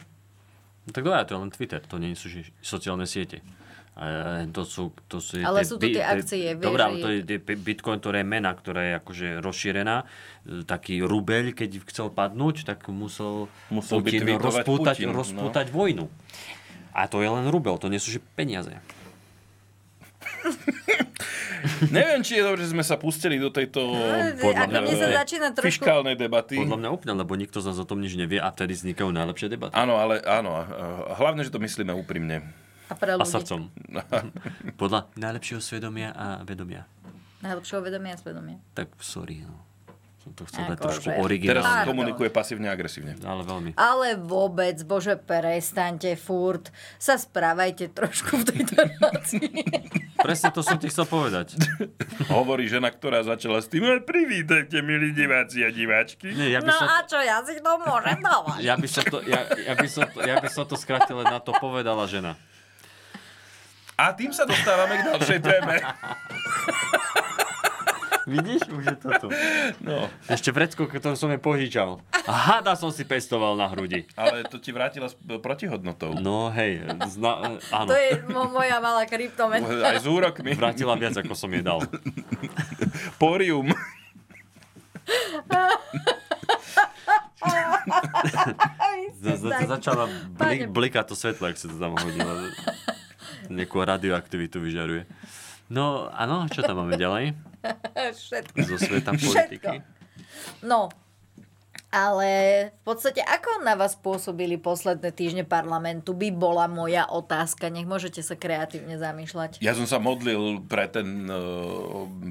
Speaker 5: No tak dobre, to je len Twitter, to nie sú že sociálne siete. E, to sú, to sú,
Speaker 4: Ale
Speaker 5: tie
Speaker 4: sú to tie akcie, vieš, že
Speaker 5: Dobrá, ale to je, je Bitcoin, ktorá je mena, ktorá je akože rozšírená. E, Taký rubeľ, keď chcel padnúť, tak musel,
Speaker 6: Musel by
Speaker 5: Putin
Speaker 6: tweetovať
Speaker 5: rozpútať,
Speaker 6: Putin, no.
Speaker 5: rozpútať vojnu. A to je len rubel, to nie sú že peniaze.
Speaker 6: Neviem, či je dobré, že sme sa pustili do tejto eh,
Speaker 4: Podľa Eh, ako mňa mne sa úplne. začína trošku-
Speaker 6: fiškálnej debaty.
Speaker 5: Podľa mňa úplne, lebo nikto z nás o tom nič nevie a vtedy vznikajú najlepšie debaty.
Speaker 6: Áno, ale áno. a- a Hlavne, že to myslíme úprimne.
Speaker 4: A pre
Speaker 5: A
Speaker 4: ľudí.
Speaker 5: srdcom. Podľa najlepšieho svedomia a vedomia.
Speaker 4: Najlepšieho vedomia a svedomia.
Speaker 5: Tak sorry, no. Som to chcel dať
Speaker 4: Akože.
Speaker 5: trošku
Speaker 6: Teraz
Speaker 5: originálne.
Speaker 6: komunikuje pasívne a agresívne.
Speaker 5: Ale veľmi.
Speaker 4: Ale vôbec, bože, prestaňte furt. Sa správajte trošku v tejto relácii.
Speaker 5: Presne to som ti chcel povedať.
Speaker 6: Hovorí žena, ktorá začala s tým, "E, privítajte, milí diváci a diváčky.
Speaker 5: Nie, ja by
Speaker 4: no
Speaker 5: som...
Speaker 4: a čo, ja si to môžem dávať.
Speaker 5: Ja by, som to, ja, ja, by som to, ja by som to skratil len na to povedala žena.
Speaker 6: A tým sa dostávame k ďalšej téme.
Speaker 5: Vidíš, už je to tu.
Speaker 6: No.
Speaker 5: Ešte vrecko, ktoré som jej požičal. A hada som si pestoval na hrudi.
Speaker 6: Ale to ti vrátila s protihodnotou.
Speaker 5: No hej, zna, áno.
Speaker 4: To je mo- moja malá kryptomena.
Speaker 5: Mm.
Speaker 6: Aj s úrokmi.
Speaker 5: Vrátila viac, ako som jej dal.
Speaker 6: Porium.
Speaker 5: Za, za, za, začala blik, blikať to svetlo, ak sa to tam hodilo. Nejakú radioaktivitu vyžaruje. No, áno, čo tam máme ďalej?
Speaker 4: Všetko.
Speaker 5: Zo sveta
Speaker 4: Všetko.
Speaker 5: politiky.
Speaker 4: No, ale v podstate, ako na vás pôsobili posledné týždne parlamentu, by bola moja otázka. Nech môžete sa kreatívne zamýšľať.
Speaker 6: Ja som sa modlil pre ten eh,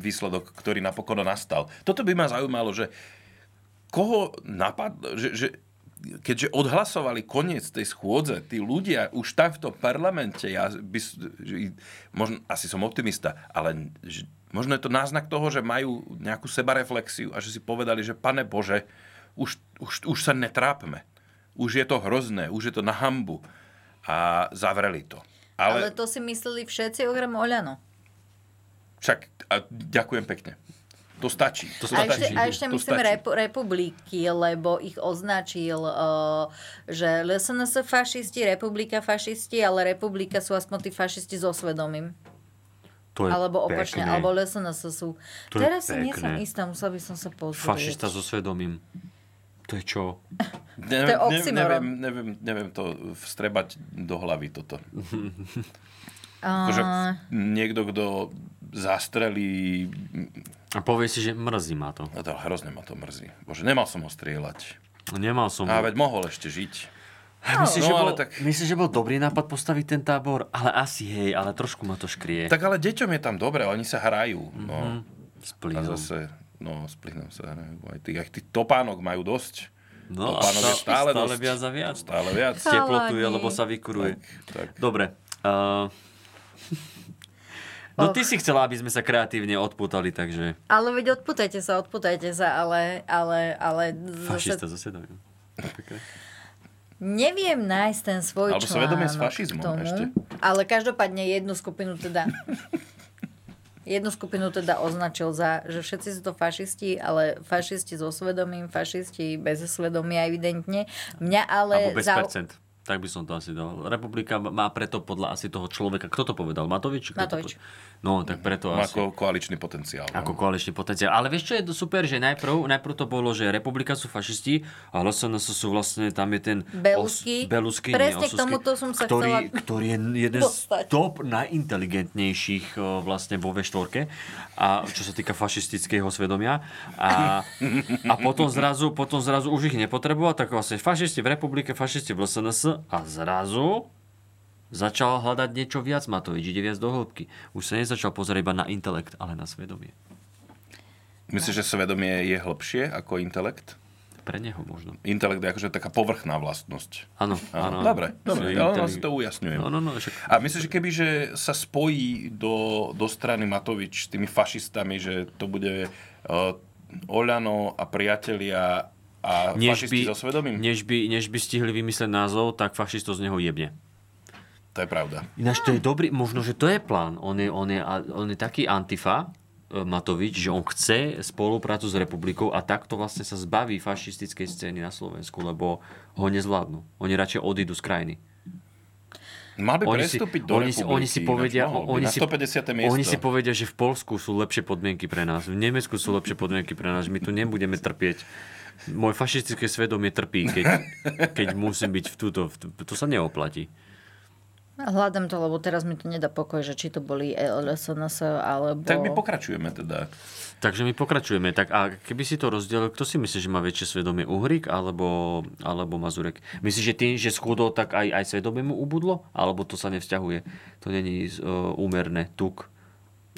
Speaker 6: výsledok, ktorý napokon nastal. Toto by ma zaujímalo, že koho napadlo, že, že keďže odhlasovali koniec tej schôdze, tí ľudia už tam v tom parlamente, ja by, s- že, možno, asi som optimista, ale že, možno je to náznak toho, že majú nejakú sebareflexiu a že si povedali, že pane Bože, už, už, už sa netrápme. Už je to hrozné, už je to na hambu. A zavreli to.
Speaker 4: Ale... ale to si mysleli všetci okrem Oľano.
Speaker 6: Však, a ďakujem pekne. To stačí. To
Speaker 4: A ešte,
Speaker 6: stačí.
Speaker 4: a ešte
Speaker 6: To
Speaker 4: myslím
Speaker 6: stačí.
Speaker 4: repu, republiky, lebo ich označil, uh, že LSNS fašisti, republika fašisti, ale republika sú aspoň tí fašisti so svedomím.
Speaker 5: To je
Speaker 4: alebo opačne,
Speaker 5: pekné.
Speaker 4: alebo LSNS sú.
Speaker 5: To je
Speaker 4: Teraz si nie som
Speaker 5: pekné.
Speaker 4: istá, musela by som sa pozrieť.
Speaker 5: Fašista so svedomím. To je čo?
Speaker 4: To je
Speaker 6: Neviem, neviem-
Speaker 4: oxymoron.
Speaker 6: neviem, neviem, neviem to vstrebať do hlavy toto. Akože
Speaker 4: A-
Speaker 6: niekto, kto zastrelí...
Speaker 5: A povie si, že mrzí ma to.
Speaker 6: No to hrozne ma to mrzí. Bože, nemal som ho strieľať.
Speaker 5: Nemal som
Speaker 6: A
Speaker 5: ho.
Speaker 6: veď mohol ešte žiť.
Speaker 5: Myslíš,
Speaker 6: no,
Speaker 5: že, bol,
Speaker 6: ale tak,
Speaker 5: myslíš, že bol dobrý nápad postaviť ten tábor? Ale asi, hej, ale trošku ma to škrie.
Speaker 6: tak ale deťom je tam dobre, oni sa hrajú.
Speaker 5: Mhm.
Speaker 6: No.
Speaker 5: S plynom.
Speaker 6: A zase, no, s plynom sa hrajú. Aj tých, aj tých topánok majú dosť.
Speaker 5: No a
Speaker 6: topánok je
Speaker 5: stá-
Speaker 6: stále,
Speaker 5: stále
Speaker 6: dosť.
Speaker 5: viac a viac.
Speaker 6: Stále viac.
Speaker 5: Teplotuje, lebo sa vykuruje.
Speaker 6: Tak, tak.
Speaker 5: Dobre. Uh... No ty si chcela, aby sme sa kreatívne odputali, takže...
Speaker 4: Ale veď odputajte sa, odputajte sa, ale, ale, ale
Speaker 5: Fašista
Speaker 4: zase
Speaker 5: so svedomím.
Speaker 4: neviem nájsť ten svoj
Speaker 6: Alebo svedomie
Speaker 4: článok
Speaker 6: s
Speaker 4: k
Speaker 6: fašizmom
Speaker 4: tomu,
Speaker 6: ešte.
Speaker 4: Ale každopádne jednu skupinu teda jednu skupinu teda označil za, že všetci sú to fašisti, ale fašisti so svedomím, fašisti bez svedomia evidentne. Mňa ale...
Speaker 5: Alebo bez
Speaker 4: zau-
Speaker 5: percent. Tak by som to asi dal. Republika má preto podľa asi toho človeka, kto to povedal? Matovič? Kto to
Speaker 4: Matovič.
Speaker 5: povedal? No, tak preto
Speaker 6: Má
Speaker 5: asi.
Speaker 6: ako koaličný potenciál. no.
Speaker 5: Ako koaličný potenciál. Ale vieš, čo je super, že najprv, najprv to bolo, že republika sú fašisti a LSNS sú vlastne, tam je ten...
Speaker 4: Belusky.
Speaker 5: Belusky,
Speaker 4: Presne k
Speaker 5: nie, Osusky,
Speaker 4: tomuto som sa
Speaker 5: ktorý,
Speaker 4: chcela
Speaker 5: Ktorý je jeden
Speaker 4: dostať.
Speaker 5: z top najinteligentnejších o, vlastne vo V4, a, čo sa týka fašistického svedomia. A, a potom, zrazu, potom zrazu už ich nepotreboval, tak vlastne fašisti v republike, fašisti v LSNS a zrazu začal hľadať niečo viac Matovič, ide viac do hĺbky. Už sa nezačal pozerať iba na intelekt, ale na svedomie.
Speaker 6: Myslíš, že svedomie je hlbšie ako intelekt?
Speaker 5: Pre neho možno.
Speaker 6: Intelekt je akože taká povrchná vlastnosť.
Speaker 5: Áno, áno.
Speaker 6: Dobre,
Speaker 5: Že
Speaker 6: dobre. Ja len
Speaker 5: intelig-
Speaker 6: si to ujasňujem.
Speaker 5: No, no, no, však...
Speaker 6: A myslíš, že keby že sa spojí do, do strany Matovič s tými fašistami, že to bude uh, Oľano a priatelia a
Speaker 5: Než by,
Speaker 6: fašisti so svedomím?
Speaker 5: než, by, než by stihli vymyslieť názov, tak fašisto z neho jebne.
Speaker 6: To je pravda.
Speaker 5: Ináč to je dobrý, možno, že to je plán. On je, on je, on je taký antifa, e, Matovič, že on chce spoluprácu s republikou a takto vlastne sa zbaví fašistickej scény na Slovensku, lebo ho nezvládnu. Oni radšej odídu z krajiny.
Speaker 6: Mal by
Speaker 5: Oni si,
Speaker 6: prestúpiť do
Speaker 5: oni, si, oni si povedia, oni, si,
Speaker 6: miesto.
Speaker 5: oni si povedia, že v Polsku sú lepšie podmienky pre nás, v Nemecku sú lepšie podmienky pre nás, my tu nebudeme trpieť. Moje fašistické svedomie trpí, keď, keď musím byť v túto, v tú, to sa neoplatí.
Speaker 4: Hľadám to, lebo teraz mi to nedá pokoj, že či to boli LSNS alebo...
Speaker 6: Tak
Speaker 5: No.
Speaker 6: my pokračujeme teda.
Speaker 5: Takže my pokračujeme. Tak a keby si to rozdelil, kto si myslí, že má väčšie svedomie? Uhrik alebo, alebo Mazurek? Myslíš, že tým, že schudol, tak aj, aj svedomie mu ubudlo? Alebo to sa nevzťahuje? To není uh, úmerné. eh, Tuk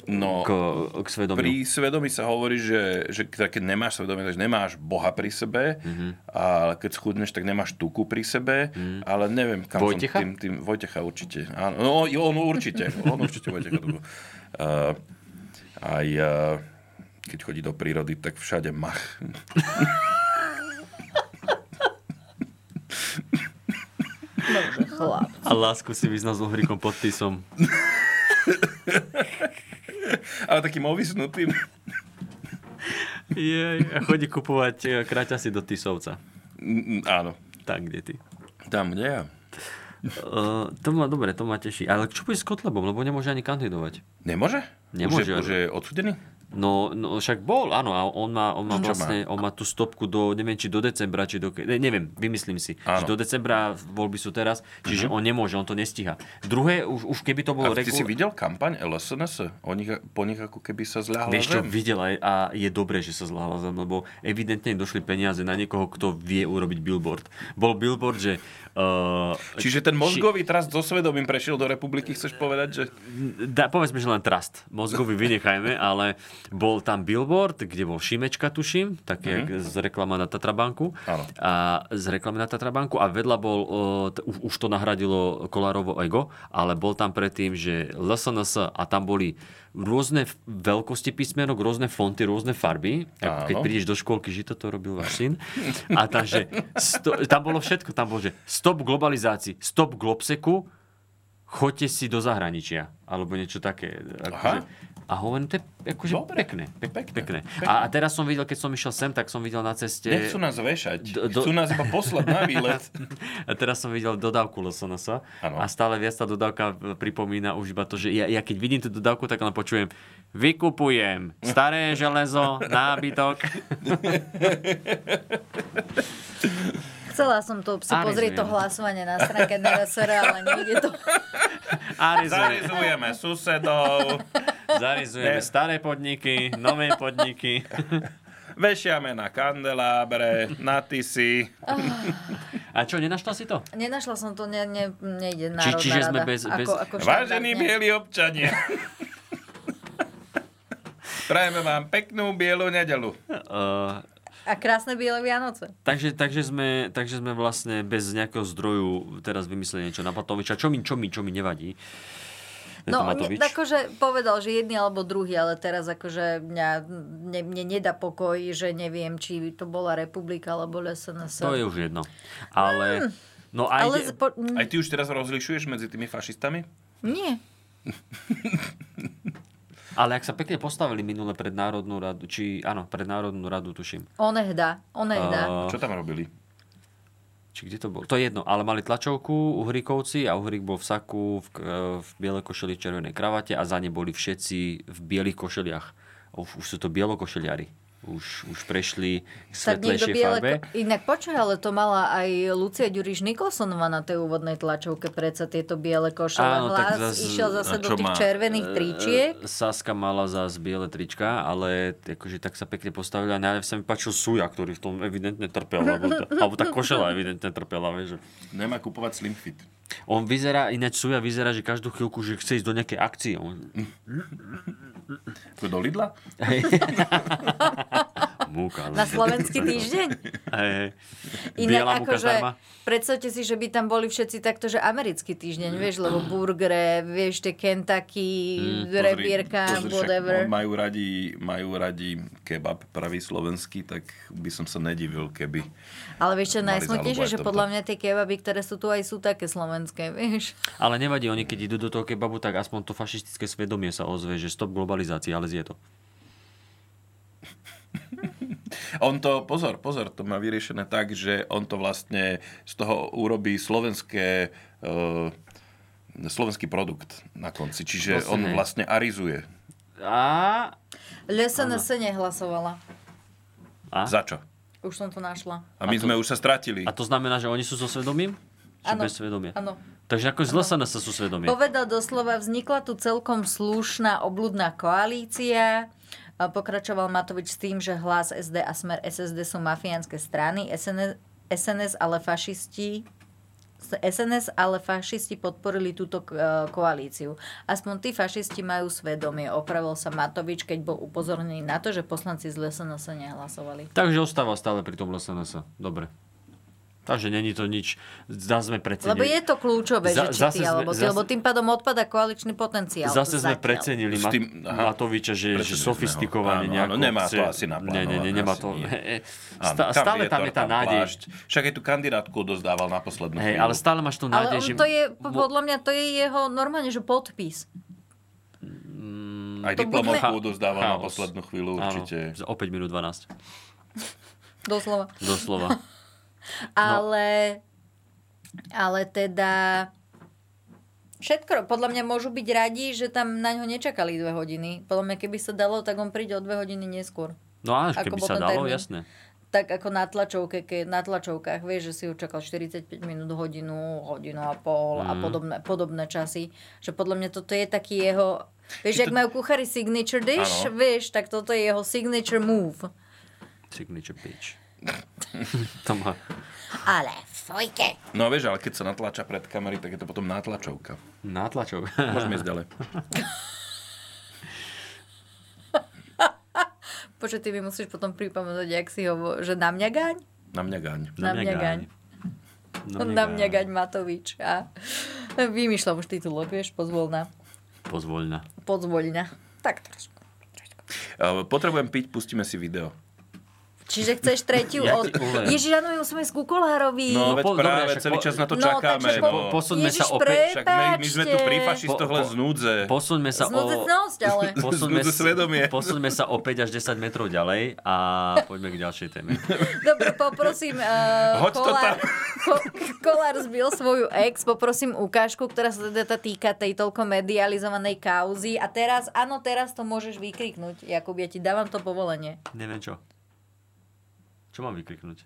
Speaker 5: no, k, k svedomiu?
Speaker 6: Pri svedomí sa hovorí, že, že teda keď nemáš svedomie, takže nemáš Boha pri sebe,
Speaker 5: Mhm.
Speaker 6: a keď schudneš, tak nemáš tuku pri sebe, ale neviem, kam
Speaker 5: Vojtecha?
Speaker 6: som tým, tým... Vojtecha určite. Áno, no, jo, on určite. On určite Vojtecha tuku. Uh, aj uh, keď chodí do prírody, tak všade mach.
Speaker 4: Chlap.
Speaker 5: A lásku si vyznal s Lohrikom podpisom.
Speaker 6: ale takým ovisnutým.
Speaker 5: Jej, a chodí kupovať e, kraťasy do Tisovca.
Speaker 6: Áno.
Speaker 5: Tak, kde ty?
Speaker 6: Tam, kde ja.
Speaker 5: Uh, E, to ma, dobre, to ma teší. Ale čo bude s Kotlebom? Lebo nemôže ani kandidovať.
Speaker 6: Nemôže?
Speaker 5: Nemôže.
Speaker 6: Už je, už je odsudený?
Speaker 5: No, no však bol, áno, a on má, on má
Speaker 6: No, Čo má?
Speaker 5: vlastne, on má tú stopku do, neviem, či do decembra, či do, ke- ne, neviem, vymyslím si,
Speaker 6: Áno.
Speaker 5: že do decembra voľby sú teraz, čiže
Speaker 6: Mhm.
Speaker 5: on nemôže, on to nestíha. Druhé, už, už keby to bolo...
Speaker 6: A ty
Speaker 5: regu-
Speaker 6: si videl kampaň LSNS? O nich, po nich ako keby sa zľahla
Speaker 5: Vieš čo,
Speaker 6: zem.
Speaker 5: videl aj a je dobré, že sa zláhla zem, lebo evidentne im došli peniaze na niekoho, kto vie urobiť billboard. Bol billboard, že... Uh,
Speaker 6: Čiže ten mozgový trast so svedomím prešiel do republiky, chceš povedať, že...
Speaker 5: Da, povedzme, že len trust. Mozgový vynechajme, ale bol tam billboard, kde bol Šimečka, tuším, tak jak
Speaker 6: Mhm.
Speaker 5: z reklama na Tatrabanku.
Speaker 6: Áno.
Speaker 5: A z reklamy na Tatrabanku a vedľa bol, o, t- už, už to nahradilo Kolárovo ego, ale bol tam predtým, že LSNS a tam boli rôzne f- veľkosti písmenok, rôzne fonty, rôzne farby. Ako keď
Speaker 6: Áno.
Speaker 5: prídeš do škôlky, že toto robil váš syn. A tam, že sto, tam bolo všetko, tam bolo, že stop globalizácii, stop globseku, choďte si do zahraničia, alebo niečo také. Akože, a hovorím, to je akože
Speaker 6: Dobre.
Speaker 5: pekné, pek, pekné. pekné. A, a teraz som videl, keď som išiel sem, tak som videl na ceste...
Speaker 6: Nechcú nás vešať.
Speaker 5: Do- do-
Speaker 6: Chcú nás iba poslať na výlet.
Speaker 5: a teraz som videl dodávku Losonasa a stále viac tá dodávka pripomína už iba to, že ja, ja keď vidím tú dodávku, tak len počujem vykupujem staré železo, nábytok.
Speaker 4: Chcela som to si
Speaker 5: Arizujem.
Speaker 4: pozrieť to hlasovanie na stránke NRSR, ale nejde to.
Speaker 5: Arizujeme,
Speaker 6: Zarizujeme susedov,
Speaker 5: zarizujeme
Speaker 6: Ne.
Speaker 5: staré podniky, nové podniky.
Speaker 6: vešiame na kandelábre, na tisy.
Speaker 5: A čo, nenašla si to?
Speaker 4: Nenašla som to, ne, ne, nejde
Speaker 5: Či-
Speaker 4: národná
Speaker 5: čiže sme
Speaker 4: rada.
Speaker 5: bez- bez-
Speaker 6: Vážení
Speaker 4: štandardne.
Speaker 6: bieli občania, prajeme vám peknú bielu nedelu.
Speaker 5: Uh,
Speaker 4: A krásne biele Vianoce.
Speaker 5: Takže, takže, sme, takže sme vlastne bez nejakého zdroju teraz vymysleli niečo na Matoviča, čo mi, čo mi, čo mi nevadí. Je to
Speaker 4: No, ne,
Speaker 5: Matovič.
Speaker 4: akože povedal, že jedný alebo druhý, ale teraz akože mňa, ne, mne nedá pokoj, že neviem, či to bola republika alebo SNS.
Speaker 5: To je už jedno. Ale... No aj,
Speaker 4: Hmm. Ale z- po-
Speaker 6: Aj ty už teraz rozlišuješ medzi tými fašistami?
Speaker 4: Nie.
Speaker 5: ale ak sa pekne postavili minule pred Národnú radu, či áno, pred Národnú radu tuším.
Speaker 4: Onehda, onehda.
Speaker 5: A-
Speaker 6: Čo tam robili?
Speaker 5: Či kde to bolo? To je jedno, ale mali tlačovku Uhrikovci a Uhrik bol v saku, v, k- v bielej košeli, červenej kravate a za ne boli všetci v bielých košeliach. Už, už sú to bielokošeliari. Už, už prešli k svetlejšej farbe.
Speaker 4: Inak počuj, ale to mala aj Lucia Ďuriš Nikolsonová na tej úvodnej tlačovke predsa tieto biele košele. Hlas išiel zase do tých červených tričiek.
Speaker 5: E, Saska mala zase biele trička, ale t- akože tak sa pekne postavila. Najviac sa mi páčil Suja, ktorý v tom evidentne trpel. Alebo, t- alebo tá košela evidentne trpela. Vieš. že-
Speaker 6: Nemá kupovať Slim Fit.
Speaker 5: On vyzerá, ináč Suja vyzerá, že každú chvíľku, že chce ísť do nejakej akcie. On...
Speaker 6: Ako do Lidla?
Speaker 5: Hej. Múka.
Speaker 4: Na slovenský týždeň?
Speaker 5: Hej, hej.
Speaker 4: Inak
Speaker 5: Biela múka
Speaker 4: akože,
Speaker 5: zdarma.
Speaker 4: predstavte si, že by tam boli všetci takto, že americký týždeň, vieš, lebo burgere, vieš, tie Kentucky,
Speaker 6: Mm,
Speaker 4: mm, rebierka,
Speaker 6: pozri, však no,
Speaker 4: whatever.
Speaker 6: Majú radi, majú radi kebab, pravý slovenský, tak by som sa nedivil, keby.
Speaker 4: Ale vieš, čo je
Speaker 6: mali
Speaker 4: najsmutnejšie,
Speaker 6: záľubu
Speaker 4: že
Speaker 6: aj v
Speaker 4: podľa
Speaker 6: tomto.
Speaker 4: mňa tie kebaby, ktoré sú tu aj sú také slovenské, vieš.
Speaker 5: Ale nevadí, oni keď idú do toho kebabu, tak aspoň to fašistické svedomie sa ozve, že stop globalizácii, ale zje to.
Speaker 6: On to, pozor, pozor, to má vyriešené tak, že on to vlastne z toho urobí slovenské, eh, slovenský produkt na konci. Čiže
Speaker 5: Vlastne
Speaker 6: on
Speaker 5: hej.
Speaker 6: vlastne arizuje.
Speaker 5: A...
Speaker 4: Lesa na se nehlasovala.
Speaker 5: A?
Speaker 6: Za čo?
Speaker 4: Už som to našla.
Speaker 6: A
Speaker 5: A
Speaker 6: my
Speaker 5: to-
Speaker 6: sme už sa stratili.
Speaker 5: A to znamená, že oni sú so svedomím? Či
Speaker 4: Áno.
Speaker 5: bez svedomia?
Speaker 4: Áno.
Speaker 5: Takže ako zlesené sa sú svedomie.
Speaker 4: Povedal doslova, vznikla tu celkom slušná obludná koalícia. A Pokračoval Matovič s tým, že hlas SD a smer SSD sú mafiánske strany, SNS, SNS ale fašisti SNS, ale fašisti podporili túto eh, koalíciu. Aspoň tí fašisti majú svedomie. Opravil sa Matovič, keď bol upozornený na to, že poslanci z SNS nehlasovali.
Speaker 5: Takže ostáva stále pri tom SNS. Dobre. Takže není to nič. Zdá sme precenili.
Speaker 4: Lebo je to kľúčové,
Speaker 5: Za-
Speaker 4: že či ty
Speaker 5: zase sme-
Speaker 4: alebo ty,
Speaker 5: zase-
Speaker 4: lebo tým pádom odpada koaličný potenciál.
Speaker 5: Zase
Speaker 4: Zatiaľ.
Speaker 5: sme precenili
Speaker 6: S
Speaker 5: Mat-
Speaker 6: tým- aha.
Speaker 5: Matoviča, že je
Speaker 6: Precenili
Speaker 5: že
Speaker 6: sme ho.
Speaker 5: sofistikovaný
Speaker 6: Áno,
Speaker 5: nejako.
Speaker 6: áno, nemá to
Speaker 5: chce-
Speaker 6: asi
Speaker 5: Nie, nie,
Speaker 6: naplánované.
Speaker 5: nie, nemá
Speaker 6: asi
Speaker 5: to.
Speaker 6: nie. Áno,
Speaker 5: Stá- stále tam je tá nádej.
Speaker 6: plášť. Však aj tú kandidátku odozdával na poslednú
Speaker 5: Hej,
Speaker 6: chvíľu.
Speaker 5: ale stále máš tú
Speaker 4: Ale
Speaker 5: nádej,
Speaker 4: on
Speaker 5: že...
Speaker 4: to je, podľa mňa, to je jeho normálne, že podpis.
Speaker 6: Aj
Speaker 4: to
Speaker 6: diplomovku
Speaker 4: buďme-
Speaker 6: odozdával na
Speaker 5: Chaos.
Speaker 6: poslednú
Speaker 5: Áno,
Speaker 6: chvíľu určite.
Speaker 5: za- o 5 minút 12.
Speaker 4: Doslova.
Speaker 5: Doslova.
Speaker 6: No.
Speaker 4: Ale, ale teda... Všetko, podľa mňa môžu byť radi, že tam na ňo nečakali dve hodiny. Podľa mňa, keby sa dalo, tak on príde o dve hodiny neskôr.
Speaker 5: No a
Speaker 4: Ako
Speaker 5: keby
Speaker 4: bol
Speaker 5: sa
Speaker 4: ten
Speaker 5: dalo,
Speaker 4: termín.
Speaker 5: jasné.
Speaker 4: Tak ako na, tlačovke, ke, na tlačovkách, vieš, že si ju čakal 45 minút, hodinu, hodinu a pol a
Speaker 5: Mhm.
Speaker 4: podobné, podobné časy. Že podľa mňa toto je taký jeho... Vieš,
Speaker 6: Či
Speaker 4: ak
Speaker 6: to-
Speaker 4: majú kuchári signature dish,
Speaker 6: Áno.
Speaker 4: vieš, tak toto je jeho signature move.
Speaker 5: Signature bitch. to má...
Speaker 4: Ale fojke.
Speaker 6: No vieš, ale keď sa natlača pred kamery, tak je to potom nátlačovka.
Speaker 5: Nátlačok.
Speaker 6: Môžeme ísť ďalej.
Speaker 4: Počkaj, ty mi musíš potom pripomenúť, jak si hovo, že na mňa gaň?
Speaker 6: Na mňa gáň.
Speaker 4: Na mňa gaň.
Speaker 6: No
Speaker 4: Na mňa gaň Matovič. A vymýšľam už titul, vieš, pozvolná.
Speaker 5: Pozvoľna.
Speaker 4: Pozvoľňa. Tak trošku.
Speaker 6: Eh, Potrebujem piť, pustíme si video.
Speaker 4: Čiže chceš tretiu
Speaker 6: Ja
Speaker 4: od...
Speaker 6: ti poviem.
Speaker 4: Ježiš, áno, my musíme ísť ku Kolárovi.
Speaker 6: No, veď
Speaker 5: po- dobre,
Speaker 6: práve,
Speaker 5: však
Speaker 6: celý
Speaker 5: po-
Speaker 6: čas na to
Speaker 4: No,
Speaker 6: čakáme.
Speaker 4: takže po-
Speaker 5: Posuňme
Speaker 4: Ježiš,
Speaker 5: sa opäť.
Speaker 6: Však my, my sme tu pri
Speaker 4: prepáčte.
Speaker 6: fašistoch len z núdze.
Speaker 5: Posuňme sa o...
Speaker 4: Znudzecnosť, ale...
Speaker 5: Posuňme,
Speaker 6: Znudu
Speaker 5: s-
Speaker 6: svedomie.
Speaker 5: posuňme sa o 5 až 10 metrov ďalej a poďme k ďalšej téme.
Speaker 4: Dobre, poprosím, uh,
Speaker 5: Hoď to
Speaker 4: kolár, ko, kolár zbil svoju ex, poprosím ukážku, ktorá sa teda týka tej toľko medializovanej kauzy. A teraz, áno, teraz to môžeš vykriknúť, Jakub, ja ti dávam to povolenie.
Speaker 5: Neviem čo. Čo mám vykliknúť?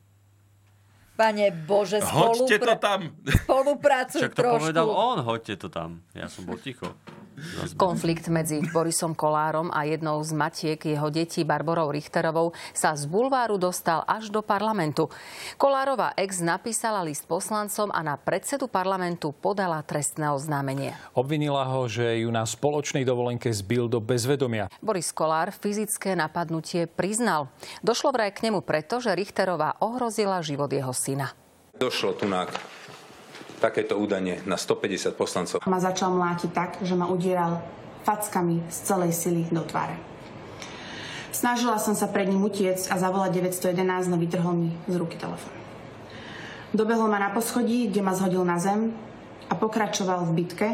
Speaker 4: Pane Bože,
Speaker 5: Hoďte to
Speaker 4: spolupra-
Speaker 6: tam!
Speaker 4: spolupracuj
Speaker 5: Však to
Speaker 4: trošku.
Speaker 5: povedal on, hoďte to tam. Ja som bol ticho. Zas-
Speaker 14: Konflikt medzi Borisom Kolárom a jednou z matiek jeho detí Barborou Richterovou sa z bulváru dostal až do parlamentu. Kolárova ex napísala list poslancom a na predsedu parlamentu podala trestné oznámenie.
Speaker 8: Obvinila ho, že ju na spoločnej dovolenke zbil do bezvedomia.
Speaker 14: Boris Kolár fyzické napadnutie priznal. Došlo vraj k nemu preto, že Richterová ohrozila život jeho syna.
Speaker 21: Došlo tu na takéto údanie na 150 poslancov.
Speaker 22: Ma začal mlátiť tak, že ma udieral fackami z celej sily do tváre. Snažila som sa pred ním utiec a zavolať 911, no vytrhol mi z ruky telefón. Dobehol ma na poschodí, kde ma zhodil na zem a pokračoval v bitke,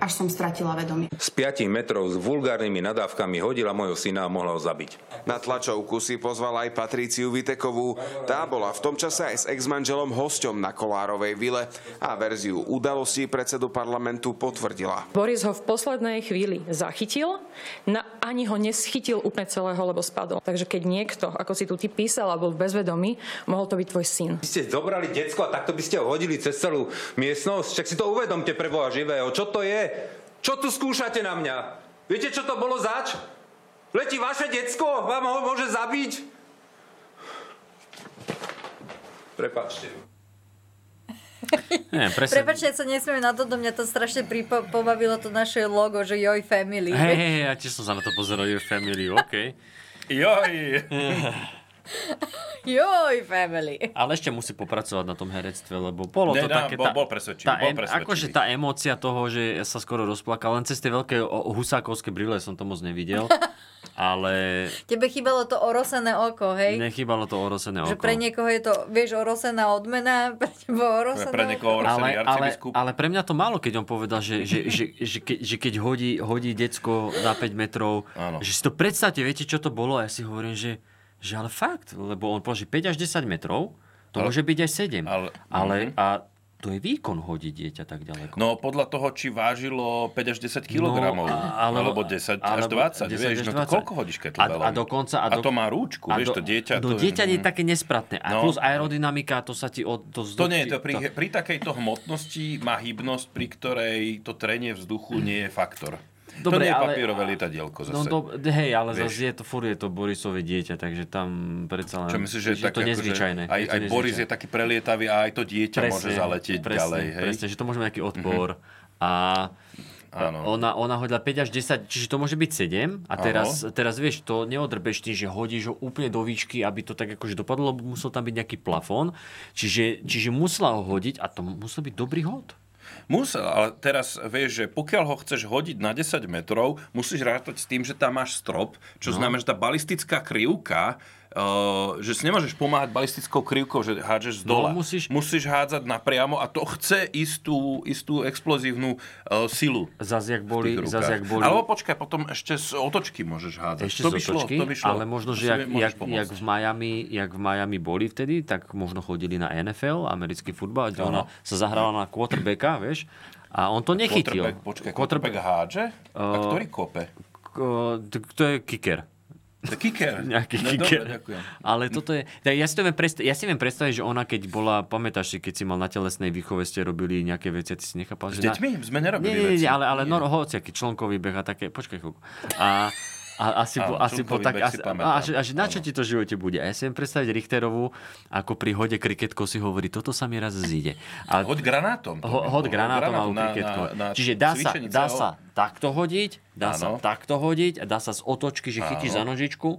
Speaker 22: až som stratila vedomie.
Speaker 21: Z 5 metrov s vulgárnymi nadávkami hodila mojho syna a mohla ho zabiť.
Speaker 9: Na tlačovku si pozval aj Patríciu Vitekovú. Tá bola v tom čase aj s ex-manželom hosťom na Kolárovej vile a verziu udalostí predsedu parlamentu potvrdila.
Speaker 23: Boris ho v poslednej chvíli zachytil, na, ani ho neschytil úplne celého, lebo spadol. Takže keď niekto, ako si tu ty písala, bol v bezvedomí, mohol to byť tvoj syn.
Speaker 21: Vy ste zobrali decko a takto by ste ho hodili cez celú miestnosť. Však si to uvedomte pre Boha živého. Čo to je? Čo tu skúšate na mňa? Viete, čo to bolo zač? Letí vaše decko, vám ho môže zabiť? Prepačte.
Speaker 5: Nie, presne.
Speaker 4: Prepačte, ja sa nesmieme na toto, mňa to strašne pripo- pobavilo to naše logo, že joj family.
Speaker 5: Hej, hej, hej, ja tiež som sa na to pozeral, je family, OK. Joj!
Speaker 4: Joj family.
Speaker 5: Ale ešte musí popracovať na tom herectve, lebo bolo to
Speaker 6: Ne, dá,
Speaker 5: také...
Speaker 6: bol-
Speaker 5: tá-
Speaker 6: bol presvedčivý,
Speaker 5: tá
Speaker 6: bol
Speaker 5: em-
Speaker 6: presvedčivý.
Speaker 5: Akože tá emócia toho, že sa skoro rozplakal, len cez tie veľké o- husákovské brýle som to moc nevidel. Ale
Speaker 4: Tebe chýbalo to orosené oko, hej?
Speaker 5: nechýbalo to orosené
Speaker 4: Že
Speaker 5: oko.
Speaker 4: pre niekoho je to, vieš, orosená odmena, pre teba orosená...
Speaker 5: ale, ale, ale pre mňa to málo, keď on povedal, že, že, že, že, ke, že keď hodí, hodí decko na 5 metrov, Áno. že si to predstavte, viete, čo to bolo? A ja si hovorím, že, že ale fakt, lebo on povedal, že 5 až 10 metrov, to ale, môže byť aj 7. Ale, ale
Speaker 6: Mhm.
Speaker 5: a to je výkon hodiť dieťa tak ďaleko.
Speaker 6: No podľa toho, či vážilo 5 až 10 kg,
Speaker 5: No, a- alebo-
Speaker 6: alebo 10 až
Speaker 5: alebo
Speaker 6: 20,
Speaker 5: 10
Speaker 6: vieš,
Speaker 5: až
Speaker 6: no to
Speaker 5: 20.
Speaker 6: koľko hodíš kettlebellom?
Speaker 5: A, a dokonca...
Speaker 6: A to má rúčku, vieš, to dieťa,
Speaker 5: No
Speaker 6: to je-
Speaker 5: dieťa je,
Speaker 6: mm.
Speaker 5: také nespratné. A
Speaker 6: No.
Speaker 5: plus aerodynamika, to sa ti... Od, to,
Speaker 6: To nie, to
Speaker 5: tá-
Speaker 6: pri, pri takejto hmotnosti má hybnosť, pri ktorej to trenie vzduchu nie je faktor. Dobre, to nie je papierové lietadielko zase.
Speaker 5: No do, hej, ale
Speaker 6: Vieš.
Speaker 5: zase je to, furt je to Borisové dieťa, takže tam predsa len...
Speaker 6: Čo myslíš, že,
Speaker 5: je to
Speaker 6: také, akože
Speaker 5: nezvyčajné.
Speaker 6: aj,
Speaker 5: je to
Speaker 6: aj Boris je
Speaker 5: nezvyčajné.
Speaker 6: taký prelietavý a aj to dieťa môže zaletieť
Speaker 5: presne,
Speaker 6: ďalej. Hej? Mhm.
Speaker 5: Presne, že to môže mať nejaký odpor. A
Speaker 6: Áno.
Speaker 5: ona, ona hodila 5 až 10, čiže to môže byť 7. A
Speaker 6: No. Áno.
Speaker 5: teraz, teraz vieš, to neodrbeš tým, že hodíš ho úplne do výšky, aby to tak akože dopadlo, lebo musel tam byť nejaký plafón. Čiže, čiže musela ho hodiť a to musel byť dobrý hod.
Speaker 6: Musel, ale teraz vieš, že pokiaľ ho chceš hodiť na 10 metrov, musíš rátať s tým, že tam máš strop, čo
Speaker 5: No.
Speaker 6: no. znamená, že tá balistická krivka, eh, že si nemôžeš pomáhať balistickou krivkou, že hádžeš z
Speaker 5: No,
Speaker 6: dola.
Speaker 5: musíš-
Speaker 6: musíš hádzať napriamo a to chce istú, istú explozívnu eh, silu.
Speaker 5: Zas jak boli-
Speaker 6: v tých
Speaker 5: zas
Speaker 6: rukách.
Speaker 5: jak boli-
Speaker 6: Alebo počkaj, potom ešte z otočky môžeš hádzať.
Speaker 5: Ešte
Speaker 6: to
Speaker 5: z
Speaker 6: by šlo,
Speaker 5: otočky,
Speaker 6: to by šlo.
Speaker 5: ale možno,
Speaker 6: To
Speaker 5: že
Speaker 6: si
Speaker 5: jak,
Speaker 6: môžeš
Speaker 5: jak,
Speaker 6: pomôcť.
Speaker 5: jak, v Miami, jak v Miami boli vtedy, tak možno chodili na NFL, americký futbal, kde ona
Speaker 6: Áno.
Speaker 5: sa zahrála na quarterbacka, vieš, a on to nechytil.
Speaker 6: Quarterback, počkaj, quarterback hádže?
Speaker 5: Eh,
Speaker 6: A ktorý kope?
Speaker 5: Ko- eh, t- To je kicker.
Speaker 6: To je kicker.
Speaker 5: Nejaký
Speaker 6: No, dobre,
Speaker 5: kicker.
Speaker 6: ďakujem.
Speaker 5: Ale toto je... Tak ja, si to viem predstaviť, ja si viem predstaviť, že ona keď bola, pamätáš si, keď si mal na telesnej výchove, ste robili nejaké veci a ty si nechápal, že...
Speaker 6: S
Speaker 5: na-
Speaker 6: deťmi sme
Speaker 5: nie,
Speaker 6: nerobili
Speaker 5: nie, nie,
Speaker 6: veci.
Speaker 5: ale, ale no, hociaký člnkový beh a také, počkaj chvíľku. A, a asi, po,
Speaker 6: Áno,
Speaker 5: asi po
Speaker 6: člnkový
Speaker 5: tak,
Speaker 6: beh
Speaker 5: asi,
Speaker 6: si
Speaker 5: a,
Speaker 6: pamätám.
Speaker 5: a, že- a že na čo ti to v živote bude? A ja si viem predstaviť Richterovu, ako pri hode kriketkou si hovorí, toto sa mi raz zíde. A,
Speaker 6: Hod granátom. to
Speaker 5: ho,
Speaker 6: by
Speaker 5: hod
Speaker 6: bolo.
Speaker 5: granátom
Speaker 6: Granát
Speaker 5: alebo
Speaker 6: na-
Speaker 5: kriketkou.
Speaker 6: na- na
Speaker 5: Čiže dá sa,
Speaker 6: cvičenice,
Speaker 5: dá
Speaker 6: o.
Speaker 5: sa takto hodiť, dá sa
Speaker 6: Áno.
Speaker 5: takto hodiť a dá sa z otočky, že chytíš
Speaker 6: Áno.
Speaker 5: za nožičku.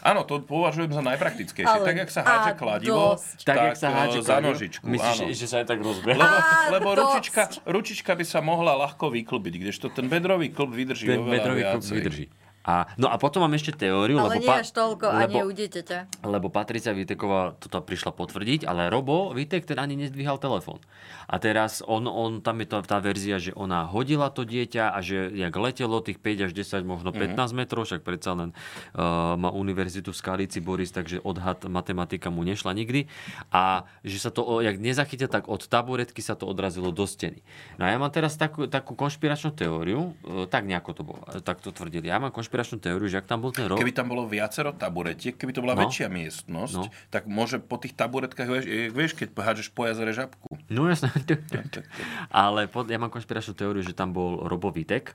Speaker 6: Áno, to považujem za najpraktickejšie.
Speaker 5: Ale-
Speaker 6: tak, jak sa hádže
Speaker 5: a
Speaker 6: kladivo,
Speaker 5: dosť.
Speaker 6: tak,
Speaker 5: Tak, jak sa hádže
Speaker 6: e, za
Speaker 5: kladivo.
Speaker 6: nožičku.
Speaker 5: Myslíš,
Speaker 6: áno.
Speaker 5: že- že sa aj tak rozbehne?
Speaker 6: Lebo,
Speaker 5: A
Speaker 6: lebo
Speaker 5: dosť.
Speaker 6: ručička, ručička by sa mohla ľahko vyklbiť, kdežto ten bedrový klb vydrží
Speaker 5: Ten
Speaker 6: oveľa
Speaker 5: bedrový klb
Speaker 6: viacej.
Speaker 5: vydrží. A, no a potom mám ešte teóriu,
Speaker 4: Ale
Speaker 5: No, lebo,
Speaker 4: nie až toľko, ani u
Speaker 5: lebo,
Speaker 4: dieťaťa.
Speaker 5: lebo Patricia Viteková toto prišla potvrdiť, ale Robo Vitek ten ani nezdvíhal telefón. A teraz on, on tam je to, tá verzia, že ona hodila to dieťa a že jak letelo tých 5 až 10, možno
Speaker 6: Mhm.
Speaker 5: 15 metrov, však predsa len uh, má univerzitu v Skalici Boris, takže odhad matematika mu nešla nikdy. A že sa to, o, jak nezachytil, tak od taburetky sa to odrazilo do steny. No a ja mám teraz takú, takú konšpiračnú teóriu, e, tak nejako to bolo, e, tak to tvrdili. Ja mám konšpiračnú teóriu, že ak tam bol ten Rob...
Speaker 6: Keby tam bolo viacero taburetiek, keby to bola
Speaker 5: No.
Speaker 6: väčšia miestnosť,
Speaker 5: No.
Speaker 6: tak môže po tých taburetkách, vieš, e, vieš keď hádžeš po jazere žabku.
Speaker 5: No jasné. Ale pod, ja mám konšpiračnú teóriu, že tam bol Robo Vitek.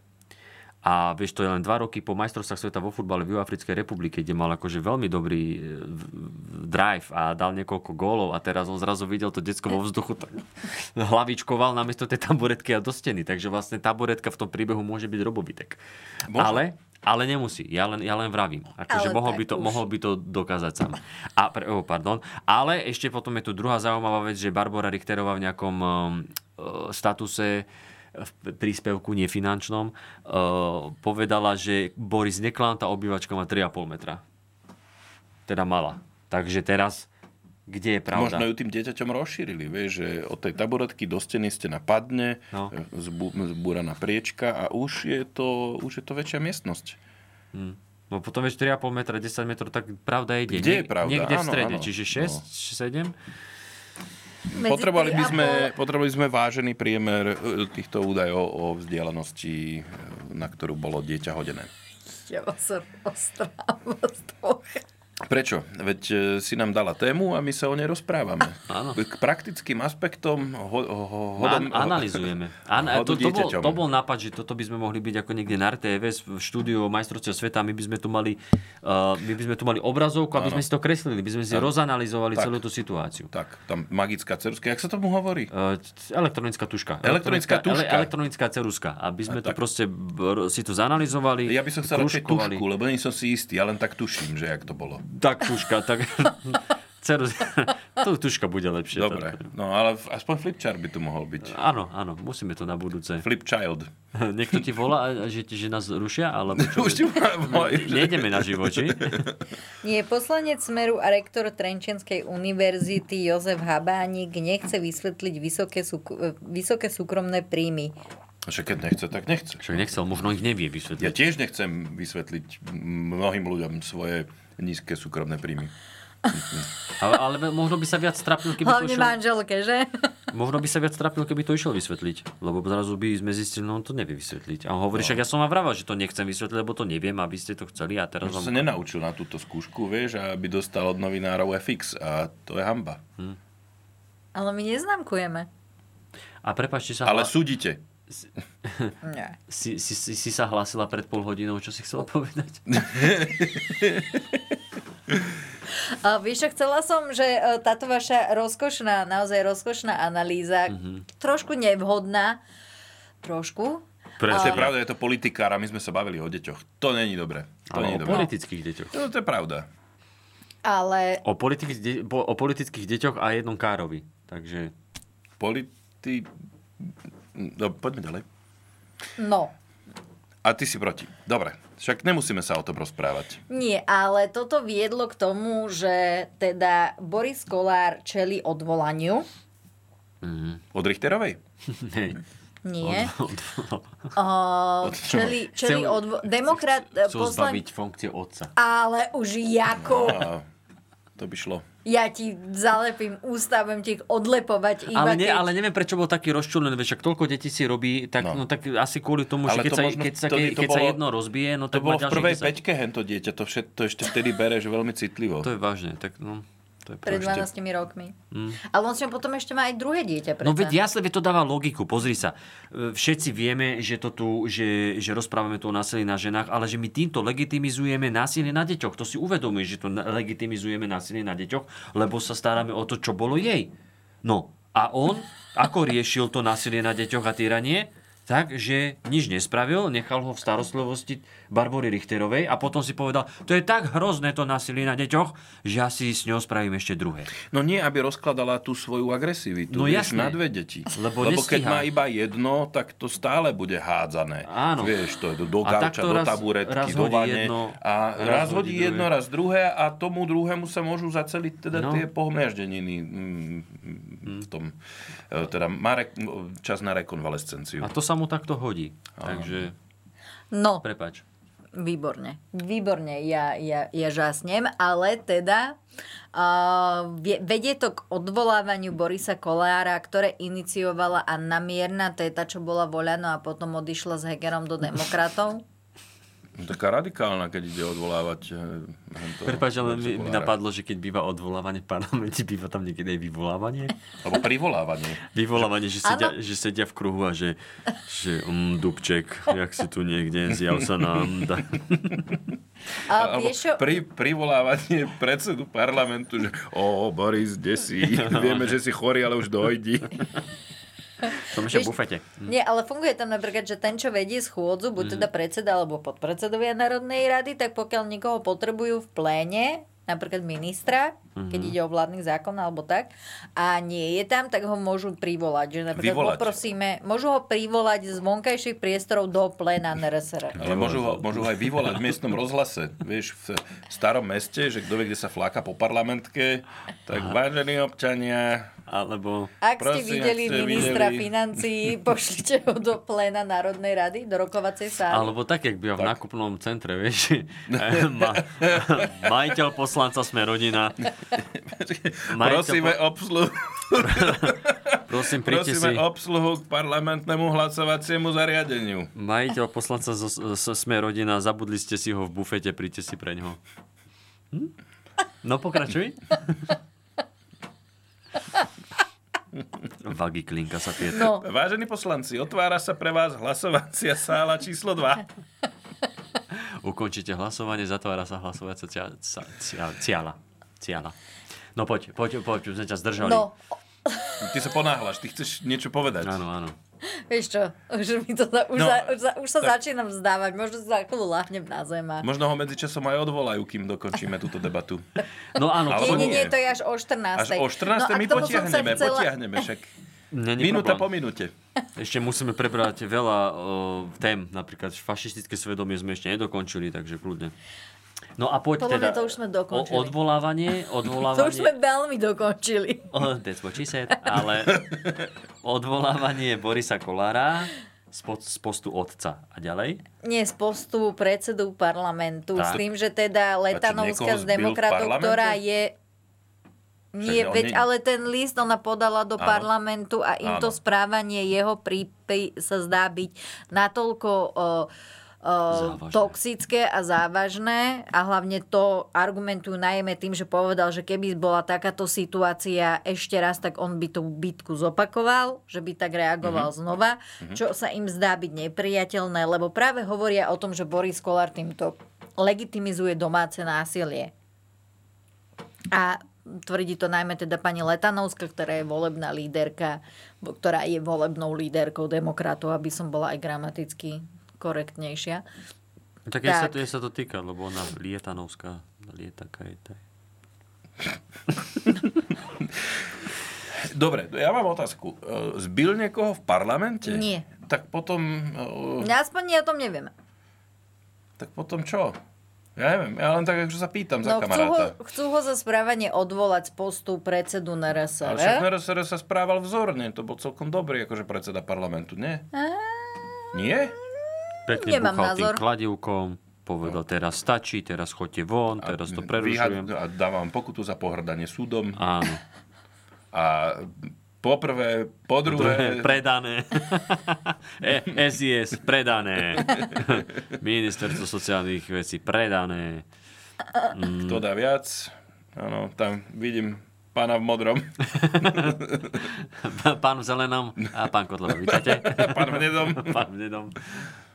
Speaker 5: A vieš, to je len dva roky po majstrovstvách sveta vo futbale v Juhoafrickej republike, kde mal akože veľmi dobrý e, v- v- drive a dal niekoľko gólov a teraz on zrazu videl to decko vo vzduchu, tak hlavičkoval namiesto tej taburetky a do steny. Takže vlastne taburetka v tom príbehu môže byť robovitek. Ale, ale nemusí. Ja len, ja len vravím. Akože
Speaker 6: Ale
Speaker 5: mohol
Speaker 6: tak
Speaker 5: by, to,
Speaker 6: už.
Speaker 5: mohol by to dokázať sám. A, pre, oh, pardon. Ale ešte potom je tu druhá zaujímavá vec, že Barbara Richterová v nejakom um, eh, statuse v príspevku nefinančnom eh, povedala, že Boris Neklán, tá obývačka má 3,5 metra. Teda mala. Takže teraz, kde je pravda?
Speaker 6: Možno ju tým dieťaťom rozšírili, vieš, že od tej taburetky do steny ste napadne,
Speaker 5: No.
Speaker 6: no. zbu- zbúraná priečka a už je to, už je to väčšia miestnosť.
Speaker 5: Hm. No potom vieš 3,5 metra, 10 metrov, tak pravda ide.
Speaker 6: Kde je
Speaker 5: Niek-
Speaker 6: pravda?
Speaker 5: Niekde v
Speaker 6: Áno,
Speaker 5: strede,
Speaker 6: áno. No.
Speaker 5: čiže 6, 7.
Speaker 4: Medzi
Speaker 6: Potrebovali by,
Speaker 4: tri a
Speaker 6: sme, potrebovali sme vážený priemer e, týchto údajov o vzdialenosti, e, na ktorú bolo dieťa hodené.
Speaker 4: Ja vás roztrávam z toho.
Speaker 6: Prečo? Veď e, si nám dala tému a my sa o nej rozprávame.
Speaker 5: Áno.
Speaker 6: K praktickým aspektom ho, ho, ho, hodom,
Speaker 5: An- analizujeme. An- to, to, bol,
Speaker 6: hodu dieťaťom.
Speaker 5: to bol nápad, že toto by sme mohli byť ako niekde na RTVS v štúdiu majstrovstiev sveta. My by sme tu mali, uh, my by sme tu mali obrazovku, aby
Speaker 6: Áno.
Speaker 5: sme si to kreslili, by sme si
Speaker 6: Áno.
Speaker 5: rozanalizovali
Speaker 6: Tak.
Speaker 5: celú tú situáciu. Eh,
Speaker 6: Tak, tam magická ceruska, jak sa tomu hovorí?
Speaker 5: elektronická tuška.
Speaker 6: Elektronická tuška.
Speaker 5: Ele- elektronická ceruska. Aby sme to
Speaker 6: A tak.
Speaker 5: proste br- si to zanalizovali.
Speaker 6: Ja by som chcel radšej
Speaker 5: kružkovali.
Speaker 6: tušku, lebo nie som si istý, ja len tak tuším, že jak to bolo.
Speaker 5: Tak tuška, tak... Ceruz... tu tuška bude lepšie.
Speaker 6: Dobre, no ale v- aspoň flipchart by tu mohol byť.
Speaker 5: Áno, áno, musíme to na budúce.
Speaker 6: Flipchild.
Speaker 5: Niekto ti volá, že, že nás rušia, alebo čo?
Speaker 6: Už ti volajú, že-
Speaker 5: Nejdeme na živoči.
Speaker 4: Nie, poslanec Smeru a rektor Trenčenskej univerzity Jozef Habánik nechce vysvetliť vysoké, súk- e, vysoké súkromné príjmy.
Speaker 6: Však keď nechce, tak nechce.
Speaker 5: Však nechcel, možno ich nevie vysvetliť.
Speaker 6: Ja tiež nechcem vysvetliť mnohým ľuďom svoje nízke súkromné príjmy.
Speaker 5: Ale, ale možno by sa viac strapil, keby to
Speaker 4: Hlavne
Speaker 5: išiel,
Speaker 4: manželke, že?
Speaker 5: možno by sa viac strapil, keby to išiel vysvetliť. Lebo zrazu by sme zistili, no on to nevie vysvetliť. A on hovorí,
Speaker 6: No.
Speaker 5: však ja som vám vraval, že to nechcem vysvetliť, lebo to neviem a vy ste to chceli a teraz
Speaker 6: Možno sa
Speaker 5: vám...
Speaker 6: nenaučil na túto skúšku, vieš, aby dostal od novinárov FX a to je hamba.
Speaker 4: Ale my neznámkujeme.
Speaker 5: No A prepáčte sa...
Speaker 6: Ale súdite.
Speaker 4: Nie.
Speaker 5: Si, si, si, si sa hlásila pred pol hodinou, čo si
Speaker 6: No.
Speaker 5: chcela povedať?
Speaker 4: A vieš, čo, chcela som, že e, táto vaša rozkošná, naozaj rozkošná analýza,
Speaker 6: Mhm.
Speaker 4: trošku nevhodná, trošku.
Speaker 6: Prečo je
Speaker 4: A-
Speaker 6: pravda, je to politikár a my sme sa bavili o deťoch. To není dobre. To
Speaker 5: Áno,
Speaker 6: není
Speaker 5: o
Speaker 6: dobre.
Speaker 5: politických deťoch.
Speaker 6: No, to je pravda.
Speaker 4: Ale
Speaker 5: O, politik, de- po- o politických deťoch a jednom Károvi. Takže...
Speaker 6: Politi... No, poďme ďalej.
Speaker 4: no,
Speaker 6: A ty si proti. Dobre, však nemusíme sa o tom rozprávať.
Speaker 4: nie, ale toto viedlo k tomu, že teda Boris Kolár čeli odvolaniu.
Speaker 6: Od Richterovej?
Speaker 4: Nie.
Speaker 5: Od,
Speaker 4: Uh,
Speaker 5: Od čo?
Speaker 4: čeli, čeli
Speaker 5: Chcel-
Speaker 4: odvo- demokrat, e,
Speaker 5: Chcú
Speaker 4: poslan-
Speaker 5: zbaviť funkcie otca.
Speaker 4: ale už jako.
Speaker 6: A, to by šlo.
Speaker 4: Ja ti zalepím ústa, budem ti ich odlepovať iba
Speaker 5: Ale, ne,
Speaker 4: keď...
Speaker 5: ale neviem, prečo bol taký rozčulený, veď však toľko detí si robí, tak, no. No, tak asi kvôli tomu, že
Speaker 6: Ale
Speaker 5: keď,
Speaker 6: to
Speaker 5: sa,
Speaker 6: možno-
Speaker 5: keď, sa,
Speaker 6: to-
Speaker 5: keď,
Speaker 6: to
Speaker 5: keď sa
Speaker 6: bolo-
Speaker 5: jedno rozbije, no
Speaker 6: To
Speaker 5: tak
Speaker 6: bolo
Speaker 5: má
Speaker 6: v
Speaker 5: ďalších
Speaker 6: prvej
Speaker 5: 10.
Speaker 6: peťke hento dieťa, to, všet, to ešte vtedy bereš veľmi citlivo. To
Speaker 5: je vážne, tak no. To je
Speaker 4: Pred 12 rokmi.
Speaker 5: Mm.
Speaker 4: Ale on s ňou potom ešte má aj druhé dieťa. predsa.
Speaker 5: No veď jasne, veď to dáva logiku, pozri sa. E, Všetci vieme, že, to tu, že, že rozprávame tu o násilí na ženách, ale že my týmto legitimizujeme násilie na deťoch. To si uvedomuje, že to na- legitimizujeme násilie na deťoch, lebo sa staráme o to, čo bolo jej. No a on, ako riešil to násilie na deťoch a týranie? Tak, že nič nespravil, nechal ho v starostlivosti Barbory Richterovej a potom si povedal, to je tak hrozné to násilie na deťoch, že asi s ňou spravím ešte druhé.
Speaker 6: No nie, aby rozkladala tú svoju agresivitu.
Speaker 5: No
Speaker 6: vieš,
Speaker 5: jasné.
Speaker 6: na dve deti.
Speaker 5: Lebo
Speaker 6: keď
Speaker 5: nestíha.
Speaker 6: má iba jedno, tak to stále bude hádzané.
Speaker 5: Áno.
Speaker 6: Vieš, to je do, do
Speaker 5: A
Speaker 6: gauča,
Speaker 5: takto
Speaker 6: do
Speaker 5: raz-
Speaker 6: taburetky,
Speaker 5: raz
Speaker 6: do
Speaker 5: hodí
Speaker 6: vane.
Speaker 5: jedno,
Speaker 6: a raz, hodí jedno,
Speaker 5: druhé.
Speaker 6: raz druhé a tomu druhému sa môžu zaceliť teda
Speaker 5: No.
Speaker 6: tie pohmiaždeniny mm, mm, v tom. E, Teda má re, čas na rekonvalescenciu.
Speaker 5: A to sa mu takto hodí. Takže...
Speaker 4: No.
Speaker 5: Prepač.
Speaker 4: Výborne. Výborne, ja, ja, ja žasnem, ale teda uh, vedie to k odvolávaniu Borisa Kolára, ktoré iniciovala Anna Mierna, to je tá, čo bola voľano a potom odišla s Hegerom do demokratov.
Speaker 6: No, Taká radikálna, keď ide odvolávať... e,
Speaker 5: Prepač, ale mi, mi
Speaker 6: napadlo.
Speaker 5: napadlo, že keď býva odvolávanie v parlamente, býva tam niekedy aj vyvolávanie.
Speaker 6: Alebo privolávanie.
Speaker 5: Vyvolávanie, že
Speaker 4: Áno.
Speaker 5: sedia, že sedia v kruhu a že, že um, Dubček, jak si tu niekde, zjav sa nám. Da.
Speaker 4: A
Speaker 6: Alebo
Speaker 4: vieš čo?
Speaker 6: pri, privolávanie predsedu parlamentu, že o, Boris, desí, vieme, že si chorý, ale už dojdi.
Speaker 5: Som
Speaker 4: ešte v Vieš- bufete. Nie, ale funguje tam napríklad, že ten, čo vedie schôdzu, buď teda predseda alebo podpredsedovia Národnej rady, tak pokiaľ nikoho potrebujú v pléne, napríklad ministra, keď
Speaker 2: Mhm.
Speaker 4: ide o vládny zákon alebo tak, a nie je tam, tak ho môžu privolať. Že napríklad
Speaker 6: Vyvolať.
Speaker 4: poprosíme, môžu ho privolať z vonkajších priestorov do pléna NRSR.
Speaker 6: Ale môžu ho, môžu ho aj vyvolať v miestnom rozhlase. Vieš, v starom meste, že kto vie, kde sa fláka po parlamentke, tak Aha. vážení občania...
Speaker 5: Alebo...
Speaker 4: Ak ste videli ministra financií, pošlite ho do pléna Národnej rady, do rokovacej sály.
Speaker 5: Alebo tak, jak býva v nákupnom centre, vieš. že Ma, majiteľ poslanca sme rodina.
Speaker 6: Prosíme obsluhu.
Speaker 5: Prosím, príďte si.
Speaker 6: Prosíme obsluhu k parlamentnému hlasovaciemu zariadeniu.
Speaker 5: Majiteľ poslanca zo, zo Sme rodina, zabudli ste si ho v bufete, príďte si pre ňoho. Hm? No pokračuj. Vagi klinka sa pieta.
Speaker 4: No.
Speaker 6: Vážení poslanci, otvára sa pre vás hlasovacia sála číslo 2.
Speaker 5: Ukončite hlasovanie, zatvára sa hlasovacia cia- sa- cia- ciala. Ciala. No poď, poď, poď, už sme ťa zdržali.
Speaker 4: No,
Speaker 6: Ty sa ponáhľaš, ty chceš niečo povedať.
Speaker 5: Áno, áno.
Speaker 4: Vieš čo, už, mi to, za- už,
Speaker 6: No,
Speaker 4: za, už, za, už sa
Speaker 6: tak- No,
Speaker 4: začínam vzdávať, možno sa za chvíľu láhnem na zem. a-
Speaker 6: Možno ho medzičasom aj odvolajú, kým dokončíme túto debatu.
Speaker 5: No áno,
Speaker 4: nie, nie, nie, to je až o 14.
Speaker 6: Až o
Speaker 4: No
Speaker 6: 14.
Speaker 4: a
Speaker 6: my
Speaker 4: k tomu som sa
Speaker 6: potiahneme,
Speaker 4: chcela-
Speaker 6: potiahneme však.
Speaker 5: Není
Speaker 6: Minúta
Speaker 5: problém.
Speaker 6: po minúte.
Speaker 5: Ešte musíme prebrať veľa o, tém, napríklad fašistické svedomie sme ešte nedokončili, takže kľudne. No a poď
Speaker 4: Podľa
Speaker 5: teda
Speaker 4: mňa to už sme dokončili.
Speaker 5: O, odvolávanie,
Speaker 4: To už sme
Speaker 5: odvolávanie,
Speaker 4: veľmi dokončili.
Speaker 5: o, that's what she said, ale odvolávanie Borisa Kolára z, pod, z postu otca. A ďalej?
Speaker 4: Nie z postu predsedu parlamentu,
Speaker 5: Tak.
Speaker 4: s tým, že teda
Speaker 5: niekoho
Speaker 4: Letanovská z
Speaker 5: zbil v
Speaker 4: demokratov,
Speaker 5: parlamente?
Speaker 4: ktorá je... Nie,
Speaker 5: on
Speaker 4: veď,
Speaker 5: nie-
Speaker 4: ale ten list ona podala do
Speaker 5: Áno.
Speaker 4: parlamentu a im to
Speaker 5: Áno.
Speaker 4: správanie jeho pri, pri, sa zdá byť natoľko... O,
Speaker 5: Závažné.
Speaker 4: toxické a závažné a hlavne to argumentujú najmä tým, že povedal, že keby bola takáto situácia ešte raz, tak on by tú bitku zopakoval, že by tak
Speaker 2: Mhm.
Speaker 4: reagoval znova, čo sa im zdá byť nepriateľné, lebo práve hovoria o tom, že Boris Kolár týmto legitimizuje domáce násilie. A tvrdí to najmä teda pani Letanovská, ktorá je volebná líderka, bo- ktorá je volebnou líderkou demokratov, aby som bola aj gramaticky korektnejšia.
Speaker 5: Tak, jej Sa,
Speaker 4: Tak.
Speaker 5: jej sa to týka, lebo ona lietanovská lietaka je tá.
Speaker 6: Dobre, ja mám otázku. E, Zbil niekoho v parlamente?
Speaker 4: Nie.
Speaker 6: Tak potom... e,
Speaker 4: Aspoň ja o tom nevieme.
Speaker 6: Tak potom čo? Ja neviem, ja len tak akože sa pýtam za
Speaker 4: No, chcú, ho,
Speaker 6: kamaráta.
Speaker 4: chcú ho za správanie odvolať z postu predsedu
Speaker 6: Ale však
Speaker 4: NRSR.
Speaker 6: NRSR sa správal vzorne, to bol celkom dobrý akože predseda parlamentu, nie? Nie?
Speaker 5: Pekne
Speaker 4: Nemám
Speaker 5: buchal tým
Speaker 4: názor.
Speaker 5: kladivkom, povedal teraz stačí, teraz chodte von, teraz to prerušujem.
Speaker 6: a dávam pokutu za pohrdanie súdom.
Speaker 5: Áno.
Speaker 6: A poprvé, po druhé...
Speaker 5: predané. E, SIS, predané. Ministerstvo sociálnych vecí, predané.
Speaker 6: Kto dá viac? Áno, tam vidím pána v modrom.
Speaker 5: Pán v zelenom a pán Kotleba, vítate?
Speaker 6: Pán v nedom.
Speaker 5: Pán v nedom.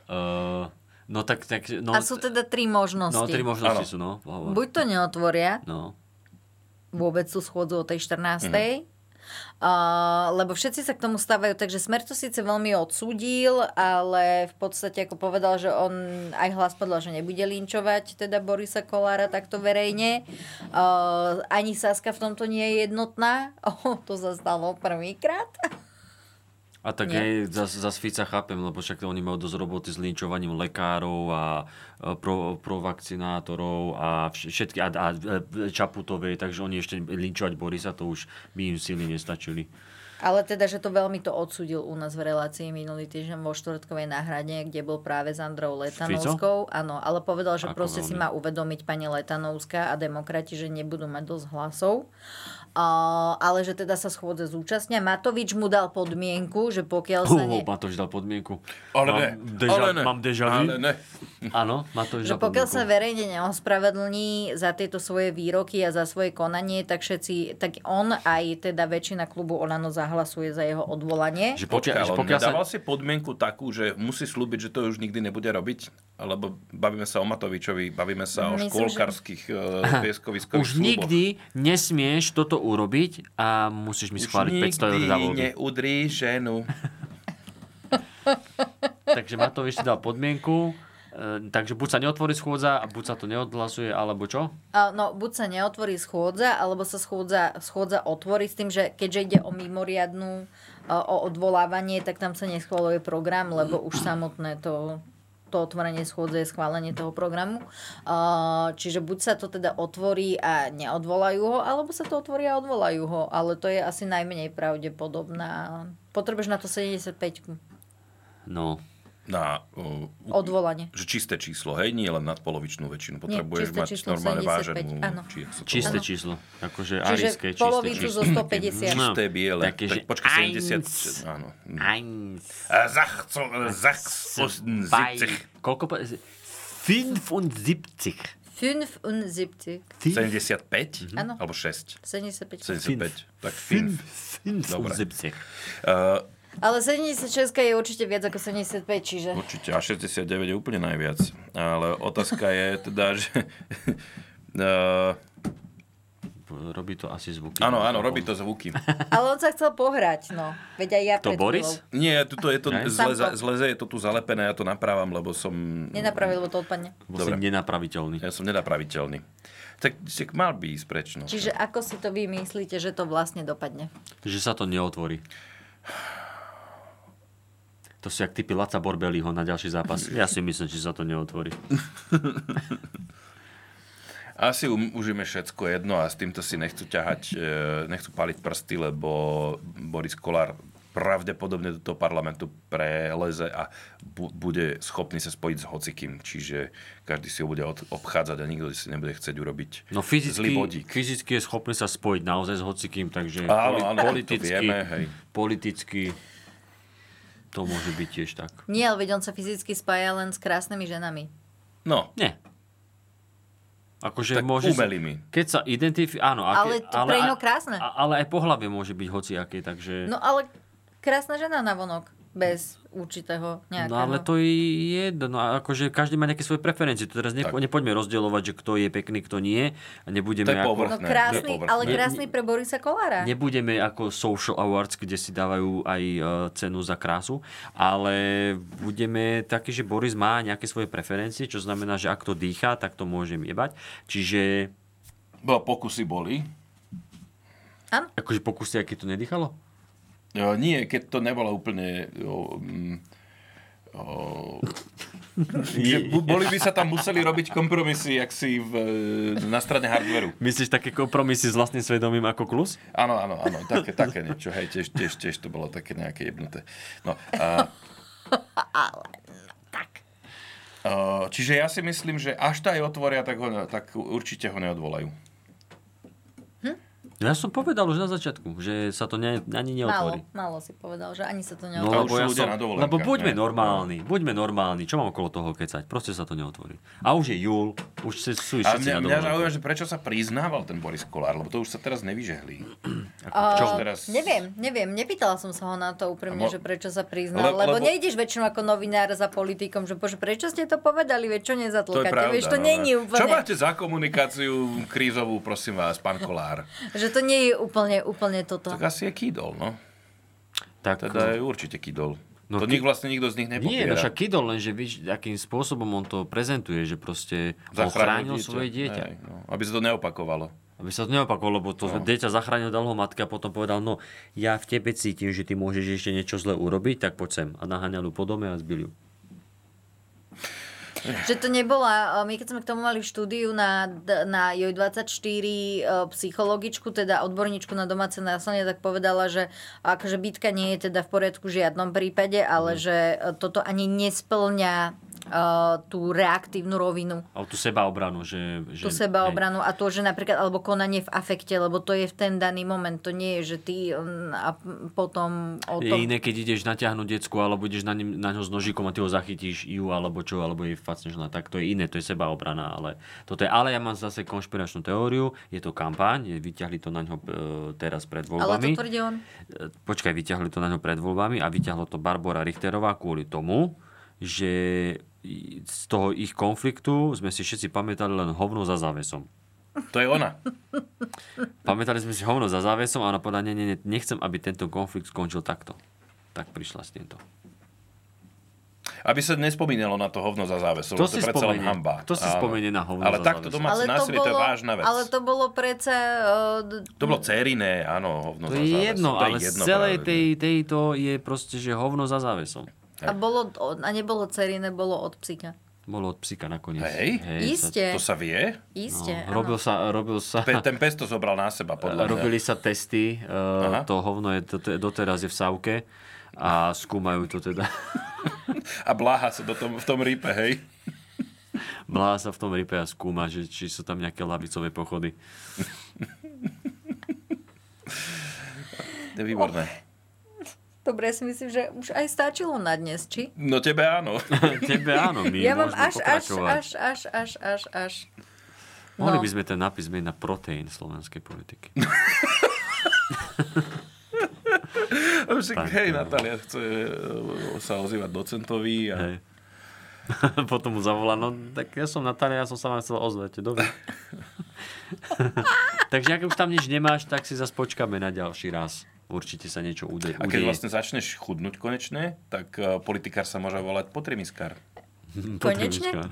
Speaker 5: Uh, no tak, tak no,
Speaker 4: a sú teda tri možnosti.
Speaker 5: No, tri možnosti sú, no. Hovor.
Speaker 4: Buď to neotvoria,
Speaker 5: No.
Speaker 4: vôbec tú schôdzu o tej 14. Uh, lebo všetci sa k tomu stávajú, takže Smer to síce veľmi odsúdil, ale v podstate ako povedal, že on aj hlas podľa, že nebude linčovať teda Borisa Kolára takto verejne. Uh, ani Saska v tomto nie je jednotná. Oh, to sa stalo prvýkrát.
Speaker 5: A tak
Speaker 4: Nie.
Speaker 5: hej, zas, zas Fica chápem, lebo však oni majú dosť roboty s linčovaním lekárov a e, pro, provakcinátorov a vš- všetky, a, a e, Čaputovej, takže oni ešte linčovať Borisa, to už by im sily nestačili.
Speaker 4: Ale teda, že to veľmi to odsudil u nás v relácii minulý týždeň vo štvrtkovej náhrade, kde bol práve s Androu Letanovskou. Áno, ale povedal, že
Speaker 2: Ako
Speaker 4: proste si
Speaker 2: veľmi?
Speaker 4: má uvedomiť pani Letanovská a demokrati, že nebudú mať dosť hlasov. A, ale že teda sa schôdze zúčastnia. Matovič mu dal podmienku, že pokiaľ sa
Speaker 5: Hú,
Speaker 4: ne...
Speaker 5: Matoš dal podmienku.
Speaker 6: Ale
Speaker 5: mám
Speaker 6: ne,
Speaker 5: deja,
Speaker 6: ale ne,
Speaker 5: Mám deja vu.
Speaker 6: ale ne.
Speaker 5: Áno, Matoš
Speaker 4: Že
Speaker 5: dal
Speaker 4: pokiaľ
Speaker 5: podmienku.
Speaker 4: sa verejne neospravedlní za tieto svoje výroky a za svoje konanie, tak všetci, tak on aj teda väčšina klubu Olano zahlasuje za jeho odvolanie.
Speaker 5: Že
Speaker 6: Počkaj,
Speaker 5: pokiaľ, že
Speaker 6: ale
Speaker 5: pokiaľ sa...
Speaker 6: nedával si podmienku takú, že musí slúbiť, že to už nikdy nebude robiť? Alebo bavíme sa o Matovičovi, bavíme sa o
Speaker 5: Myslím, že-
Speaker 6: škôlkarských e, že...
Speaker 5: Aha.
Speaker 6: pieskoviskových
Speaker 5: Už
Speaker 6: sluboch.
Speaker 5: nikdy nesmieš toto urobiť a musíš mi
Speaker 6: Už
Speaker 5: schváliť 500 eur za voľby.
Speaker 6: nikdy neudrí ženu.
Speaker 5: Takže Matovič si dal podmienku, e, takže buď sa neotvorí schôdza a buď sa to neodhlasuje, alebo čo?
Speaker 4: A, No, buď sa neotvorí schôdza, alebo sa schôdza, schôdza otvorí s tým, že keďže ide o mimoriadnú, a, o odvolávanie, tak tam sa neschváluje program, lebo už samotné to to otvorenie schôdze je schválenie toho programu. A, Čiže buď sa to teda otvorí a neodvolajú ho, alebo sa to otvorí a odvolajú ho. Ale to je asi najmenej pravdepodobná. Potrebuješ na to 75
Speaker 5: No.
Speaker 6: Na uh,
Speaker 4: odvolanie.
Speaker 6: že čisté číslo, hej, nie len nadpolovičnú väčšinu. Potrebuješ
Speaker 4: čisté
Speaker 6: mať
Speaker 4: číslo
Speaker 6: normálne
Speaker 4: 75,
Speaker 6: váženú.
Speaker 4: áno.
Speaker 6: Či, jak sa to
Speaker 5: Čisté
Speaker 6: volá.
Speaker 5: číslo. Akože
Speaker 4: Čiže
Speaker 5: arijské čisté
Speaker 4: polovicu
Speaker 5: číslo.
Speaker 4: zo 150.
Speaker 6: Čisté biele.
Speaker 5: Také,
Speaker 6: tak
Speaker 5: že
Speaker 6: počkaj, 70.
Speaker 5: eins,
Speaker 6: Áno.
Speaker 5: eins,
Speaker 6: A zachco, zach,
Speaker 5: zwei, Koľko? po- 75.
Speaker 4: 75.
Speaker 6: 75?
Speaker 4: Áno.
Speaker 6: Alebo 6?
Speaker 4: 75.
Speaker 6: 75. Tak finf. Dobre.
Speaker 5: 75.
Speaker 6: Uh,
Speaker 4: Ale 76 je určite viac ako 75, čiže...
Speaker 6: Určite, a 69 je úplne najviac. Ale otázka je teda, že... Uh,
Speaker 5: robí to asi zvuky.
Speaker 6: Áno, áno, robí to zvuky.
Speaker 4: Ale on sa chcel pohrať, no. Veď aj ja
Speaker 6: To
Speaker 4: pred chvíľou.
Speaker 6: Nie, tuto je to
Speaker 5: Ne?
Speaker 6: zle,
Speaker 4: Samko.
Speaker 6: zleze, je to tu zalepené, ja to napravám, lebo som...
Speaker 4: Nenapravil, lebo to odpadne.
Speaker 5: Bo si nenapraviteľný.
Speaker 6: Ja som nenapraviteľný. Tak si mal by ísť preč, no.
Speaker 4: Čiže ako si to vy myslíte, že to vlastne dopadne?
Speaker 5: Že sa to neotvorí. To si jak typy Laca Borbeliho na ďalší zápas. Ja si myslím, že sa to neotvorí.
Speaker 6: Asi um, už im je všetko jedno a s týmto si nechcú ťahať, e, nechcú paliť prsty, lebo Boris Kolár pravdepodobne do toho parlamentu preleze a bu- bude schopný sa spojiť s hocikým. Čiže každý si ho bude od- obchádzať a nikto si nebude chcieť urobiť
Speaker 5: No
Speaker 6: zlý
Speaker 5: fyzicky,
Speaker 6: bodík.
Speaker 5: fyzicky je schopný sa spojiť naozaj s hocikým, takže
Speaker 6: Áno,
Speaker 5: poli-
Speaker 6: áno, to
Speaker 5: politicky,
Speaker 6: vieme, hej.
Speaker 5: politicky To môže byť tiež tak.
Speaker 4: Nie, ale veď on sa fyzicky spája len s krásnymi ženami.
Speaker 6: No.
Speaker 5: Nie. Akože
Speaker 6: Tak
Speaker 5: môže
Speaker 6: umelými.
Speaker 5: Sa, keď sa identifikuje... Áno,
Speaker 4: Ale to pre ino krásne.
Speaker 5: a- ale aj pohlavie môže byť hociaké, takže...
Speaker 4: No ale krásna žena na vonok. Bez určitého nejakého.
Speaker 5: No ale to je jedno, akože každý má nejaké svoje preferencie, to teraz nepo, nepoďme rozdielovať, že kto je pekný, kto nie a nebudeme...
Speaker 6: To je
Speaker 4: no
Speaker 5: ako-
Speaker 4: krásny,
Speaker 5: Ne-
Speaker 4: ale
Speaker 5: ne-
Speaker 4: krásny pre Borisa Kolára.
Speaker 5: Nebudeme ako Social Awards, kde si dávajú aj e, cenu za krásu, ale budeme takí, že Boris má nejaké svoje preferencie, čo znamená, že ak to dýcha, tak to môžem jebať. Čiže...
Speaker 6: Bo No, pokusy boli.
Speaker 4: Áno.
Speaker 5: Akože pokusy, aké to nedýchalo?
Speaker 6: Jo, E, nie, keď to nebolo úplne... Jo, mm, o, že bu- boli by sa tam museli robiť kompromisy, jak si v, e, na strane hardveru.
Speaker 5: Myslíš také kompromisy s vlastným svedomím ako klus?
Speaker 6: Áno, áno, áno, také, také niečo. Hej, tiež, tiež, tiež to bolo také nejaké jebnuté. No, a,
Speaker 4: Ale no,
Speaker 6: a, čiže ja si myslím, že až to aj otvoria, tak, ho, ne- tak určite ho neodvolajú.
Speaker 5: Ja som povedal už na začiatku, že sa to ne, ani neotvorí.
Speaker 4: málo, málo si povedal, že ani sa to
Speaker 5: No,
Speaker 4: neotvorí.
Speaker 5: lebo,
Speaker 6: už sú
Speaker 5: ja
Speaker 6: ľudia
Speaker 5: som,
Speaker 6: na dovolenkách,
Speaker 5: lebo buďme
Speaker 6: ne?
Speaker 5: normálni, buďme normálni, čo mám okolo toho kecať, proste sa to neotvorí. A už je júl, už si, sú
Speaker 6: A
Speaker 5: všetci
Speaker 6: mňa,
Speaker 5: na
Speaker 6: mňa
Speaker 5: dovolenke.
Speaker 6: zaujíma, že prečo sa priznával ten Boris Kolár, lebo to už sa teraz nevyžehlí.
Speaker 4: Uh,
Speaker 6: Čo teraz?
Speaker 4: Neviem, neviem, nepýtala som sa ho na to úprimne,
Speaker 6: Mo-
Speaker 4: že prečo sa priznal,
Speaker 6: Le-
Speaker 4: lebo,
Speaker 6: lebo-
Speaker 4: nejdeš väčšinou ako novinár za politikom, že bože, prečo ste to povedali, veď čo
Speaker 6: To je
Speaker 4: nezatlkáte,
Speaker 6: pravda.
Speaker 4: vieš, to
Speaker 6: no.
Speaker 4: není
Speaker 6: Čo
Speaker 4: úplne,
Speaker 6: máte za komunikáciu krízovú, prosím vás, pán Kolár?
Speaker 4: že to nie je úplne, úplne toto.
Speaker 6: Tak asi je kýdol, no.
Speaker 5: Tak,
Speaker 6: Teda je určite kýdol.
Speaker 5: No,
Speaker 6: to
Speaker 5: ty-
Speaker 6: nik vlastne nikto z nich nepopiera.
Speaker 5: Nie, no však Kidol, lenže víš, akým spôsobom on to prezentuje, že proste
Speaker 6: Zachránil
Speaker 5: ochránil svoje dieťa.
Speaker 6: Hej, no. Aby sa to neopakovalo.
Speaker 5: Aby sa to neopakovalo, lebo to
Speaker 6: No.
Speaker 5: dieťa zachránil, dal ho matka a potom povedal, no ja v tebe cítim, že ty môžeš ešte niečo zle urobiť, tak poď sem. A naháňal ju po dome a zbil ju.
Speaker 4: Že to nebola, e, my keď sme k tomu mali štúdiu na, na JOJ24 e, psychologičku, teda odborníčku na domáce násilie, tak povedala, že akože bitka nie je teda v poriadku v žiadnom prípade,
Speaker 6: Mhm.
Speaker 4: ale že e, toto ani nesplňa e, tú reaktívnu rovinu
Speaker 5: Ale tú sebaobranu, že...
Speaker 4: tú
Speaker 5: že
Speaker 4: sebaobranu a to, že napríklad, alebo konanie v afekte, lebo to je v ten daný moment, to nie je, že ty mm, a p- potom o
Speaker 5: Je
Speaker 4: tom...
Speaker 5: iné, keď ideš natiahnuť decku, alebo ideš na, ním, na ňo s nožikom a ty ho zachytíš ju, alebo čo, alebo jej facneš na tak. To je iné, to je sebaobrana. Ale, toto je, ale ja mám zase konšpiračnú teóriu, je to kampaň, je- vyťahli to na ňo e, teraz
Speaker 4: Ale
Speaker 5: pred
Speaker 4: to
Speaker 5: voľbami.
Speaker 4: tvrdí on.
Speaker 5: E, Počkaj, vyťahli to na ňo pred voľbami a vyťahlo to Barbara Richterová kvôli tomu, že i- z toho ich konfliktu sme si všetci pamätali len hovno za závesom.
Speaker 6: To je ona.
Speaker 5: Pamätali sme si hovno za závesom a ona povedala, nie, nie, nie, nechcem, aby tento konflikt skončil takto. Tak prišla s týmto.
Speaker 6: Aby sa nespomínalo na to hovno za závesom.
Speaker 5: Kto
Speaker 6: lebo to
Speaker 5: si
Speaker 6: je predsa len
Speaker 5: spomenie?
Speaker 6: hamba.
Speaker 5: Kto si
Speaker 6: Áno.
Speaker 5: spomenie na hovno
Speaker 6: Ale
Speaker 5: za
Speaker 6: takto
Speaker 5: závesom?
Speaker 6: domáce násilie, to je vážna vec.
Speaker 4: ale to bolo predsa... Uh,
Speaker 6: To bolo ceriné, áno, hovno
Speaker 5: To
Speaker 6: za
Speaker 5: je
Speaker 6: závesom.
Speaker 5: jedno,
Speaker 6: to je
Speaker 5: ale z
Speaker 6: jedno
Speaker 5: celej
Speaker 6: práve,
Speaker 5: tej, tejto je proste, že hovno za závesom.
Speaker 4: a, bolo, a nebolo cerine, bolo od psíka.
Speaker 5: Bolo od psika nakoniec. No,
Speaker 6: Hej?
Speaker 4: Iste.
Speaker 6: že- To sa vie?
Speaker 4: Iste, áno.
Speaker 5: robil sa, robil sa...
Speaker 6: Pe- ten pes to zobral na seba, podľa mňa.
Speaker 5: Robili sa testy, e,
Speaker 6: Aha.
Speaker 5: to hovno je, to, doteraz je v sávke a skúmajú to teda.
Speaker 6: A bláha sa do tom, v tom rípe, hej?
Speaker 5: Mlá sa v tom ripe a skúma, že, či sú tam nejaké lavicové pochody.
Speaker 6: To je výborné.
Speaker 4: Dobre, ja si myslím, že už aj stačilo na dnes, či?
Speaker 6: No tebe áno.
Speaker 5: tebe áno, my
Speaker 4: ja mám
Speaker 5: môžeme
Speaker 4: až, až,
Speaker 5: pokračovať.
Speaker 4: až, až, až, až, až. No,
Speaker 5: Mohli by sme ten nápis zmeniť na proteín slovenskej politiky.
Speaker 6: Však, hej,
Speaker 5: no.
Speaker 6: Natália chce e, sa ozývať docentovi. A...
Speaker 5: Hej. Potom mu zavolá, no tak ja som Natália, ja som sa vám chcel ozvať, dobre. Takže ak už tam nič nemáš, tak si zase počkáme na ďalší raz. Určite sa niečo ude,
Speaker 6: A keď
Speaker 5: udeje.
Speaker 6: vlastne začneš chudnúť konečne, tak e, politikár sa môže volať potrimiskár.
Speaker 4: Konečne?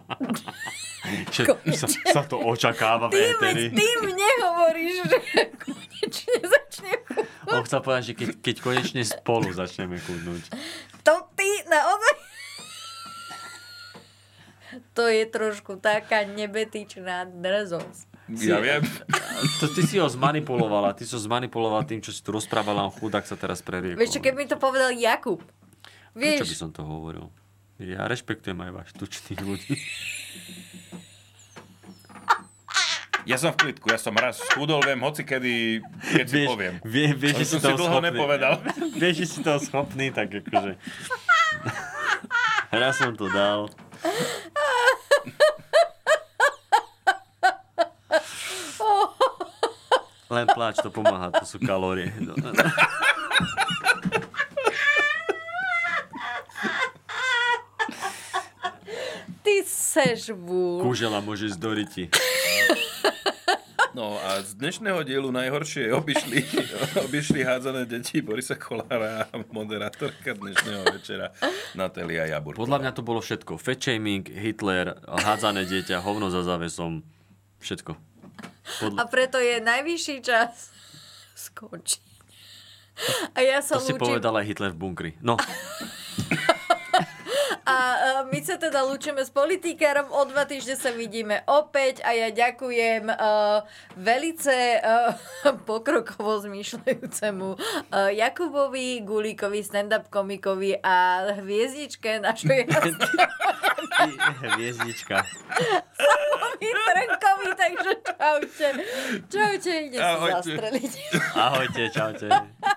Speaker 5: Že sa, sa to očakáva
Speaker 4: Ty,
Speaker 5: v
Speaker 4: veď,
Speaker 5: éteri.
Speaker 4: ty mne hovoríš, že konečne začnem
Speaker 5: On chcel povedať, že keď, keď konečne spolu začneme kudnúť.
Speaker 4: To ty naozaj... To je trošku taká nebetičná drzosť.
Speaker 6: Ja viem.
Speaker 5: To ty si ho zmanipulovala. Ty si ho zmanipulovala tým, čo si tu rozprávala. On chudák sa teraz preriekol.
Speaker 4: Vieš čo, keby mi to povedal Jakub.
Speaker 5: Prečo by
Speaker 4: Vieš,
Speaker 5: som to hovoril? Ja rešpektujem aj váš tučných ľudí.
Speaker 6: Ja som v klidku, ja som raz schudol, viem hoci kedy, keď si poviem.
Speaker 5: Vie, vieš,
Speaker 6: Ale
Speaker 5: že si
Speaker 6: som si
Speaker 5: toho
Speaker 6: dlho
Speaker 5: schopný.
Speaker 6: nepovedal.
Speaker 5: Vieš, že si toho schopný, tak akože... Raz som to dal. Len pláč, to pomáha, to sú kalórie. No.
Speaker 4: Ty seš búl.
Speaker 5: Kúžela môže zdoriť ti.
Speaker 6: No a z dnešného dielu najhoršie obišli, obišli hádzané deti Borisa Kolára a moderátorka dnešného večera Natália Jabur.
Speaker 5: Podľa mňa to bolo všetko. Fat shaming, Hitler, hádzané dieťa, hovno za závesom. Všetko.
Speaker 4: A
Speaker 5: Podľa...
Speaker 4: preto je najvyšší čas skončiť. A ja sa
Speaker 5: To si
Speaker 4: lúčim.
Speaker 5: povedal aj Hitler v bunkri. No,
Speaker 4: A e, my sa teda lúčime s politikárom, o dva týždne sa vidíme opäť a ja ďakujem uh, velice uh, pokrokovo zmýšľajúcemu uh, Jakubovi, Gulíkovi, stand-up komikovi a hviezdičke našej
Speaker 5: hviezdička.
Speaker 4: Salovi Trnkovi, takže čaute. Čaute, ide sa
Speaker 5: Ahojte.
Speaker 4: zastreliť.
Speaker 5: Ahojte, čaute.